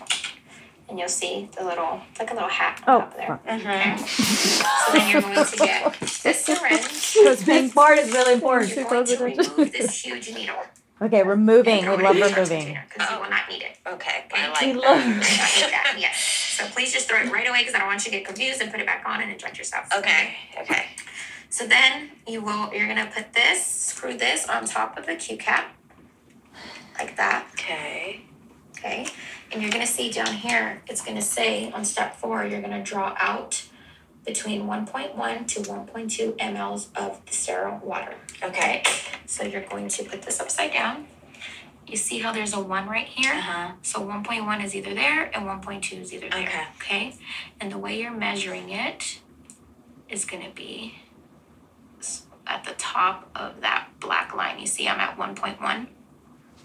Speaker 13: and you'll see the little, it's like a little hat on top there. Okay. so then you're going to get this syringe.
Speaker 2: Mm-hmm. This big part is really important.
Speaker 13: You're going to remove this huge needle.
Speaker 2: Okay, we're moving. We love removing.
Speaker 13: Because you will not need it. Oh. Okay. I
Speaker 2: We love.
Speaker 13: [LAUGHS] yes. So please just throw it right away because I don't want you to get confused and put it back on and inject yourself. Okay. Okay. So then you will you're gonna put this, screw this on top of the Q cap. Like that. Okay. Okay. And you're gonna see down here, it's gonna say on step four, you're gonna draw out between 1.1 to 1.2 mLs of the sterile water. Okay. So you're going to put this upside down. You see how there's a one right here? Uh-huh. So 1.1 is either there and 1.2 is either there. Okay. Okay. And the way you're measuring it is going to be s- at the top of that black line. You see I'm at 1.1.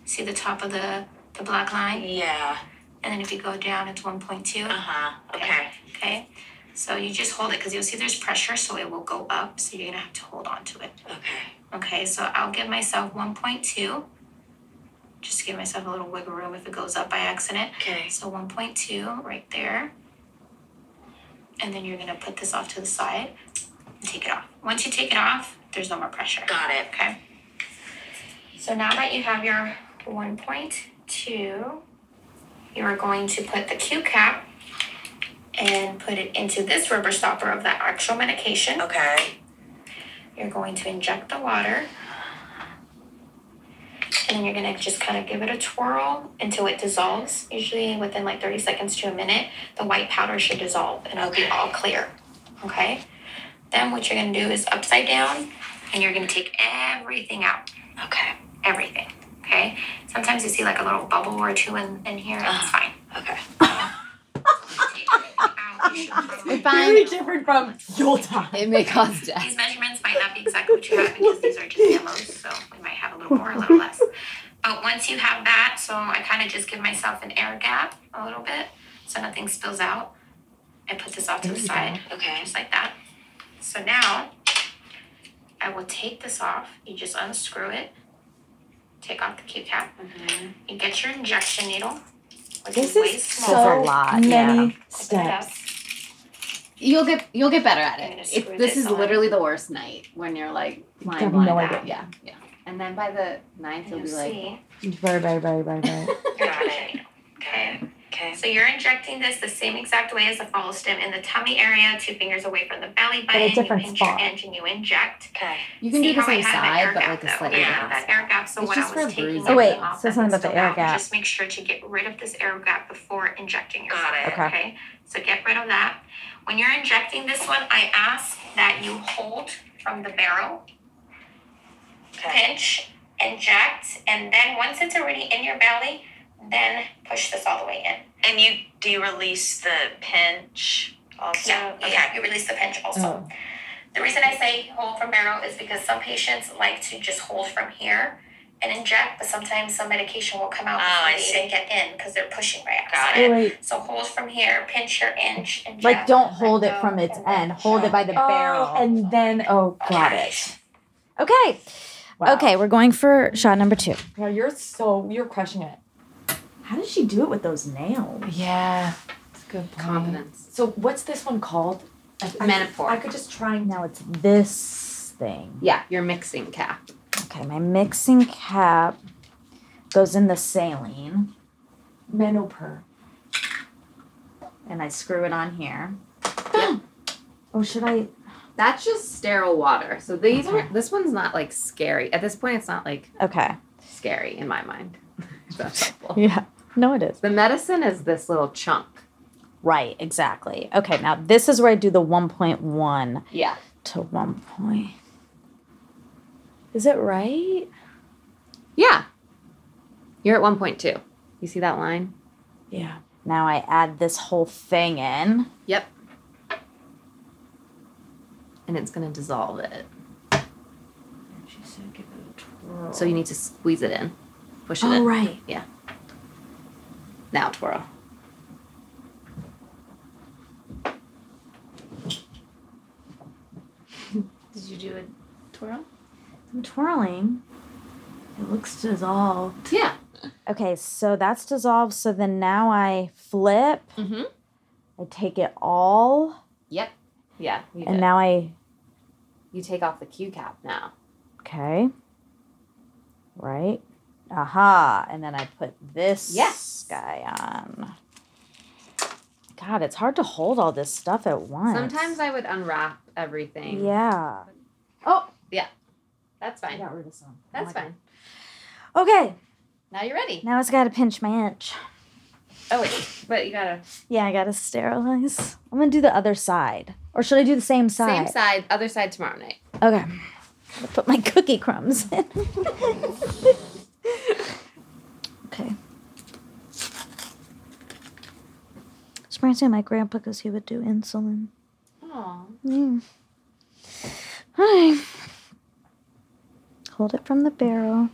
Speaker 13: See the top of the the black line? Yeah. And then if you go down it's 1.2.
Speaker 4: uh,
Speaker 13: Uh-huh. Okay. Okay. So you just hold it cuz you'll see there's pressure so it will go up so you're going to have to hold on to it. Okay. Okay, so I'll give myself 1.2 just to give myself a little wiggle room if it goes up by accident. Okay. So 1.2 right there. And then you're going to put this off to the side and take it off. Once you take it off, there's no more pressure. Got it. Okay. So now that you have your 1.2, you are going to put the Q cap and put it into this rubber stopper of that actual medication. Okay. You're going to inject the water and then you're gonna just kind of give it a twirl until it dissolves. Usually within like 30 seconds to a minute, the white powder should dissolve and it'll be all clear. Okay? Then what you're gonna do is upside down and you're gonna take everything out. Okay. Everything. Okay? Sometimes you see like a little bubble or two in, in here, and it's fine. Uh-huh. Okay.
Speaker 2: Very different from your time.
Speaker 14: It may cause death.
Speaker 13: These measurements might not be exactly what you have because these are just demos, so we might have a little more, a little less. But once you have that, so I kind of just give myself an air gap a little bit so nothing spills out. I put this off to the side. Okay. Just like that. So now I will take this off. You just unscrew it, take off the Q cap.
Speaker 14: Mm-hmm.
Speaker 13: You get your injection needle, which
Speaker 6: This
Speaker 13: is way
Speaker 6: is
Speaker 13: smaller.
Speaker 6: so many
Speaker 13: Open it up.
Speaker 6: steps.
Speaker 4: You'll get you'll get better at
Speaker 13: I'm gonna
Speaker 4: it.
Speaker 13: screw
Speaker 4: It- this
Speaker 13: this
Speaker 4: is
Speaker 13: on.
Speaker 4: literally the worst night when you're like
Speaker 6: I
Speaker 4: blind
Speaker 6: have
Speaker 4: blind
Speaker 6: no
Speaker 4: out.
Speaker 6: idea.
Speaker 4: Yeah, yeah. And then by the ninth, you'll
Speaker 13: You'll
Speaker 4: be like,
Speaker 13: see.
Speaker 6: Very, very, very, very, very.
Speaker 13: [LAUGHS] Got it. Okay. Okay. So you're injecting this the same exact way as the follow stem in the tummy area, two fingers away from the belly
Speaker 6: a
Speaker 13: button.
Speaker 6: different
Speaker 13: you pinch
Speaker 6: spot.
Speaker 13: your inch and you inject. Okay.
Speaker 4: you can
Speaker 13: See
Speaker 4: do the
Speaker 13: how I
Speaker 4: same
Speaker 13: had an air
Speaker 4: side, but
Speaker 13: gap,
Speaker 4: like a
Speaker 13: though?
Speaker 4: slightly
Speaker 13: Yeah,
Speaker 4: different
Speaker 13: that
Speaker 4: side.
Speaker 13: air gap. So
Speaker 4: It's
Speaker 13: when
Speaker 4: just
Speaker 13: I was
Speaker 4: for
Speaker 13: taking
Speaker 4: bruising.
Speaker 13: everything
Speaker 4: Oh, wait,
Speaker 13: off,
Speaker 2: so
Speaker 13: that
Speaker 2: something
Speaker 13: was
Speaker 2: about the
Speaker 13: still
Speaker 2: air
Speaker 13: out.
Speaker 2: gap.
Speaker 13: Just make sure to get rid of this air gap before injecting yourself.
Speaker 2: it. Okay.
Speaker 13: So get rid of that. When you're injecting this one, I ask that you hold from the barrel, pinch, inject, and then once it's already in your belly, then push this all the way in.
Speaker 15: And you do you release the pinch also?
Speaker 13: Yeah, yeah, you release the pinch also.
Speaker 2: Oh.
Speaker 13: The reason I say hold from barrel is because some patients like to just hold from here and inject, but sometimes some medication will
Speaker 2: Ah,
Speaker 13: come out
Speaker 15: Oh, I
Speaker 13: before they even get in because they're pushing right
Speaker 15: Got
Speaker 13: outside.
Speaker 2: Wait.
Speaker 13: So hold from here, pinch your inch, inject.
Speaker 2: Like, don't hold it from its end. [LAUGHS] Hold it by the barrel.
Speaker 6: and then, oh, got it.
Speaker 16: Okay. Okay, we're going for shot number two.
Speaker 6: Yeah, you're so, you're crushing it.
Speaker 2: How did she do it with those nails?
Speaker 6: Yeah. It's good
Speaker 4: Confidence.
Speaker 6: So, what's this one called?
Speaker 4: Menopause.
Speaker 2: I could just try now. It's this thing.
Speaker 4: yeah, you're mixing cap.
Speaker 2: Okay, my mixing cap goes in the saline,
Speaker 6: Menopur.
Speaker 2: and I screw it on here. [GASPS] Oh, should I?
Speaker 4: That's just sterile water. So these are this one's not like scary. At this point, it's not like
Speaker 2: Okay.
Speaker 4: scary in my mind. [LAUGHS] If That's helpful.
Speaker 2: Yeah. No, it is.
Speaker 4: The medicine is this little chunk.
Speaker 2: Right. Exactly. Okay. Now this is where I do the 1.1
Speaker 4: Yeah.
Speaker 2: to 1. Point. Is it right?
Speaker 4: Yeah. You're at 1.2. You see that line?
Speaker 2: Yeah. Now I add this whole thing in.
Speaker 4: Yep. And it's going to dissolve it.
Speaker 2: She said give it a twirl.
Speaker 4: So you need to squeeze it in. Push it
Speaker 2: Oh,
Speaker 4: in.
Speaker 2: right.
Speaker 4: Now twirl. Did you do a twirl?
Speaker 2: I'm twirling. It looks dissolved.
Speaker 4: Yeah.
Speaker 2: Okay, so that's dissolved. So then now I flip.
Speaker 4: Mm-hmm.
Speaker 2: I take it all,
Speaker 4: Yep. Yeah. You
Speaker 2: and
Speaker 4: did.
Speaker 2: now I
Speaker 4: you take off the Q cap now.
Speaker 2: okay, right? Aha! And then I put this
Speaker 4: Yes.
Speaker 2: guy on. God, it's hard to hold all this stuff at once.
Speaker 4: Sometimes I would unwrap everything.
Speaker 2: Yeah.
Speaker 4: Oh, yeah. That's fine. Got rid of some. That's fine.
Speaker 2: Okay,
Speaker 4: Now you're ready.
Speaker 2: Oh now it's got to pinch my itch.
Speaker 4: Oh wait, but you gotta
Speaker 2: Yeah, I gotta sterilize. I'm gonna do the other side, or should I do the same side?
Speaker 4: same side, other side tomorrow night.
Speaker 2: Okay. Gotta put my cookie crumbs in. [LAUGHS] okay. This reminds me of my grandpa because he would do insulin.
Speaker 4: Aw.
Speaker 2: Mm. All right. Hold it from the barrel.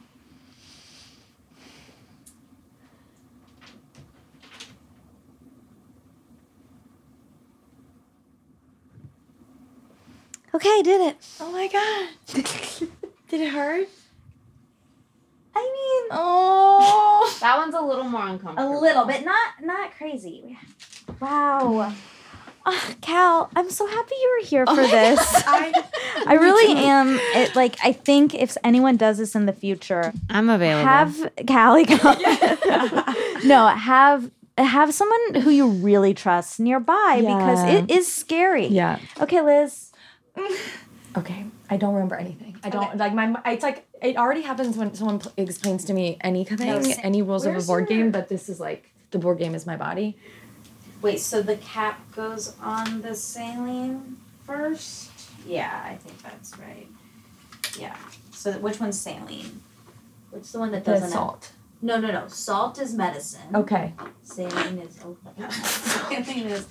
Speaker 2: Okay, I did it.
Speaker 3: Oh my god. Did it hurt?
Speaker 2: I mean,
Speaker 3: oh,
Speaker 4: that one's a little more
Speaker 2: A
Speaker 4: uncomfortable.
Speaker 2: little bit, not not crazy. Wow. Ah, Cal, I'm so happy you were here for this.
Speaker 3: I,
Speaker 2: [LAUGHS] I really am. It, like, I think if anyone does this in the future,
Speaker 6: I'm available.
Speaker 2: have Callie come. [LAUGHS] no, have have someone who you really trust nearby because
Speaker 17: Yeah.
Speaker 2: it is scary.
Speaker 17: Yeah.
Speaker 2: Okay, Liz.
Speaker 3: Okay, I don't remember anything. I don't like my. It's like it already happens when someone pl- explains to me anything,
Speaker 2: Yes.
Speaker 3: any rules of a
Speaker 2: Where's
Speaker 3: board
Speaker 2: your-
Speaker 3: game. But this is like the board game is my body.
Speaker 2: Wait, so the cap goes on the saline first? Yeah, I think that's right. Yeah. So which one's saline? Which the Oh. one that
Speaker 3: The
Speaker 2: doesn't? have-
Speaker 3: salt.
Speaker 2: No, no, no. Salt is medicine.
Speaker 3: Okay.
Speaker 2: Saline is [LAUGHS] okay. saline is.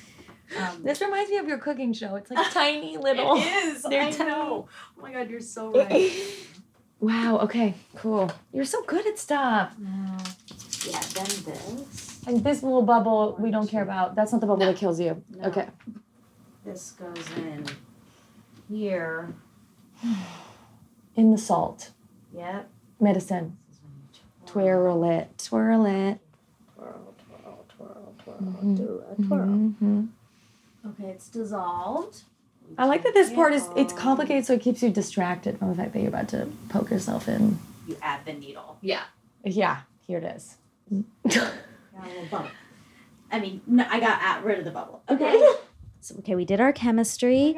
Speaker 2: Um,
Speaker 3: This reminds me of your cooking show.
Speaker 2: [LAUGHS]
Speaker 3: It's like tiny little.
Speaker 2: It is,
Speaker 3: They're
Speaker 2: I
Speaker 3: tiny.
Speaker 2: know. Oh my god, you're so
Speaker 8: [LAUGHS]
Speaker 2: right.
Speaker 3: Wow. Okay. Cool. You're so good at stuff.
Speaker 2: yeah. Then this.
Speaker 3: And this little bubble we don't care about. That's not the bubble that kills you.
Speaker 2: No.
Speaker 3: Okay.
Speaker 2: This goes in here.
Speaker 3: In the salt
Speaker 2: Yep.
Speaker 3: medicine. Twirl it. Twirl it.
Speaker 2: Twirl, twirl, twirl, twirl.
Speaker 3: Mhm.
Speaker 2: Do a twirl.
Speaker 3: Mhm.
Speaker 2: Okay, it's dissolved.
Speaker 3: I like that this part is it's complicated, so it keeps you distracted from the fact that you're about to poke yourself in.
Speaker 2: You add the needle.
Speaker 4: Yeah.
Speaker 3: Yeah, here it is.
Speaker 2: Got a little bubble. I mean, no, I got out, rid of the bubble. Okay. so, okay, we did our chemistry,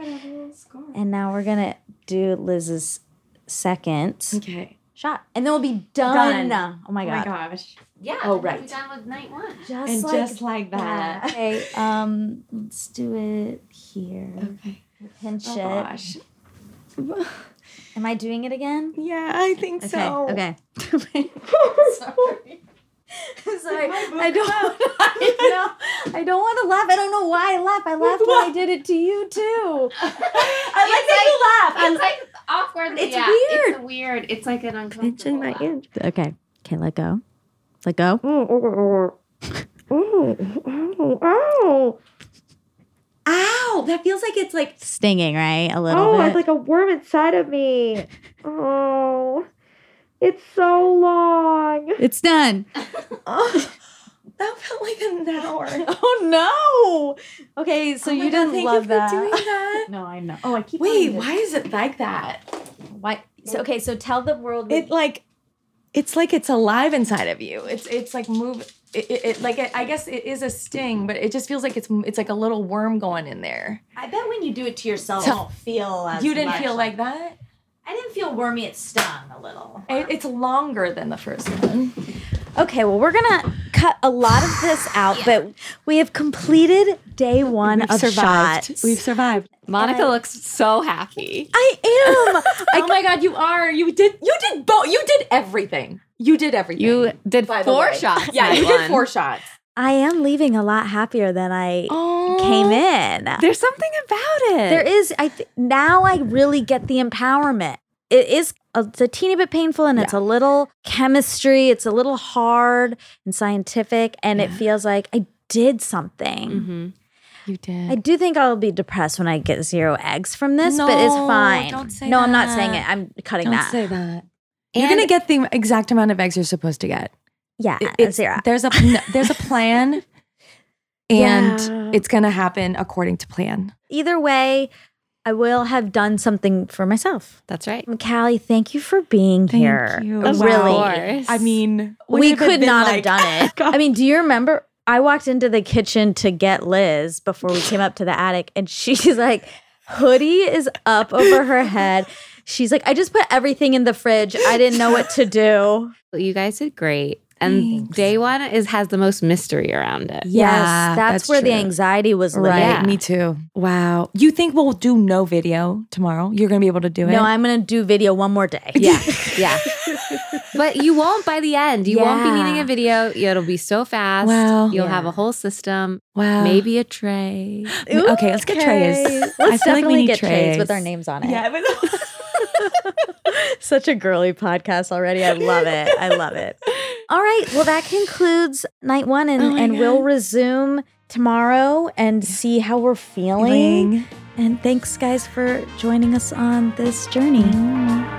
Speaker 2: and now we're gonna do Liz's second
Speaker 3: okay.
Speaker 2: shot, and then we'll be done.
Speaker 3: Done.
Speaker 2: Oh my
Speaker 3: Oh
Speaker 2: god.
Speaker 3: my
Speaker 2: gosh.
Speaker 4: Yeah.
Speaker 3: Oh,
Speaker 4: then we'll be
Speaker 3: right.
Speaker 4: done with night one.
Speaker 2: Just
Speaker 3: And
Speaker 2: like
Speaker 3: just like [LAUGHS] that.
Speaker 2: Okay. Um, let's do it here. Okay.
Speaker 3: Oh,
Speaker 2: Pinch it. [LAUGHS] Am I doing it again?
Speaker 3: Yeah, I think
Speaker 2: Okay.
Speaker 3: so. [LAUGHS]
Speaker 2: Okay.
Speaker 3: Sorry.
Speaker 2: [LAUGHS] Sorry, I don't. [LAUGHS] I know. I don't want to laugh. I don't know why I laughed.
Speaker 3: [LAUGHS]
Speaker 2: I laughed when I did it to you too. I like that you
Speaker 4: It's
Speaker 2: laugh.
Speaker 4: like awkward.
Speaker 2: It's
Speaker 4: yeah,
Speaker 2: weird.
Speaker 4: It's weird. It's like an uncomfortable. laugh.
Speaker 2: Okay. Okay. Let go. Let go.
Speaker 18: Ow! Ow! That feels like it's like
Speaker 2: Stinging, right? A little
Speaker 18: oh,
Speaker 2: bit.
Speaker 18: it's like a worm inside of
Speaker 2: [LAUGHS]
Speaker 18: me. oh, it's so long.
Speaker 2: it's [LAUGHS] done.
Speaker 3: That felt like an hour.
Speaker 2: [LAUGHS] Oh no. Okay, so you didn't love that. no, I know. Oh, I keep. wanting
Speaker 3: Wait,
Speaker 2: to-
Speaker 3: why is it like that?
Speaker 2: Why? So, okay, so tell the world.
Speaker 3: It like, it's like it's alive inside of you. It's it's like move. It, it, it like I guess it is a sting, but it just feels like it's it's like a little worm going in there.
Speaker 2: I bet when you do it to yourself,
Speaker 3: Tell-
Speaker 2: you don't feel as.
Speaker 3: you didn't
Speaker 2: much
Speaker 3: feel like that.
Speaker 2: I didn't feel wormy. It stung a little.
Speaker 3: It, it's longer than the first one.
Speaker 19: Okay, well, we're gonna cut a lot of this out, but we have completed day one
Speaker 6: We've
Speaker 19: of
Speaker 6: survived.
Speaker 19: shots.
Speaker 6: We've
Speaker 3: survived.
Speaker 6: Monica looks so happy.
Speaker 19: I am.
Speaker 3: oh my god, you are. You did. You did both. You did everything. You did everything.
Speaker 6: You did
Speaker 3: by the
Speaker 6: four
Speaker 3: way.
Speaker 6: shots.
Speaker 3: Yeah,
Speaker 6: night
Speaker 3: you did
Speaker 6: one.
Speaker 3: four shots.
Speaker 19: I am leaving a lot happier than I came in.
Speaker 6: [GASPS] There's something about it.
Speaker 19: There is. I th- now I really get the empowerment. It is. A, it's a teeny bit painful, and it's a little chemistry. It's a little hard and scientific, and it feels like I did something.
Speaker 3: Mm-hmm. You did.
Speaker 19: I do think I'll be depressed when I get zero eggs from this, but it's
Speaker 3: No,
Speaker 19: fine.
Speaker 3: don't say
Speaker 19: no, I'm not
Speaker 3: that.
Speaker 19: saying it. I'm cutting
Speaker 3: Don't
Speaker 19: that.
Speaker 3: say that. You're gonna get the exact amount of eggs you're supposed to get.
Speaker 20: Yeah,
Speaker 6: Uh,
Speaker 3: it's, There's a no, there's a
Speaker 6: [LAUGHS]
Speaker 3: plan, and
Speaker 2: Yeah.
Speaker 3: it's gonna happen according to plan.
Speaker 2: Either way, I will have done something for myself. Um,
Speaker 4: That's right.
Speaker 2: Callie, thank you for being here.
Speaker 3: Of
Speaker 2: Really.
Speaker 3: course. I mean,
Speaker 2: we,
Speaker 3: wouldn't it have
Speaker 2: could
Speaker 3: been
Speaker 2: not
Speaker 3: like-
Speaker 2: have done it.
Speaker 3: [LAUGHS]
Speaker 2: I mean, do you remember? I walked into the kitchen to get Liz before we came up to the attic, and she's [LAUGHS] like, hoodie is up over her head. She's like, I just put everything in the fridge. I didn't know what to
Speaker 3: [LAUGHS]
Speaker 2: do.
Speaker 4: You guys did great. And day one is has the most mystery around it.
Speaker 2: yes, that's, where the anxiety was.
Speaker 3: Right.
Speaker 2: living.
Speaker 3: Me too. Wow. You think we'll do no video tomorrow? You're gonna be able to do it?
Speaker 2: No, I'm gonna do video one more day. Yeah, yeah.
Speaker 4: but you won't by the end. You won't be
Speaker 2: Yeah.
Speaker 4: needing a video. It'll be so fast.
Speaker 3: Wow.
Speaker 4: You'll
Speaker 3: Yeah. Uh,
Speaker 4: have a whole system.
Speaker 3: Wow.
Speaker 4: Maybe a tray.
Speaker 3: okay, let's get trays.
Speaker 2: Let's
Speaker 3: I feel like
Speaker 2: definitely
Speaker 3: we need
Speaker 2: get trays.
Speaker 3: trays
Speaker 2: with our names on it. Yeah, [LAUGHS] such a girly podcast already. I love it. I love it. All right. Well, that concludes night one, and,
Speaker 20: Oh my
Speaker 2: and
Speaker 20: God.
Speaker 2: we'll resume tomorrow and see how we're feeling. And thanks, guys, for joining us on this journey.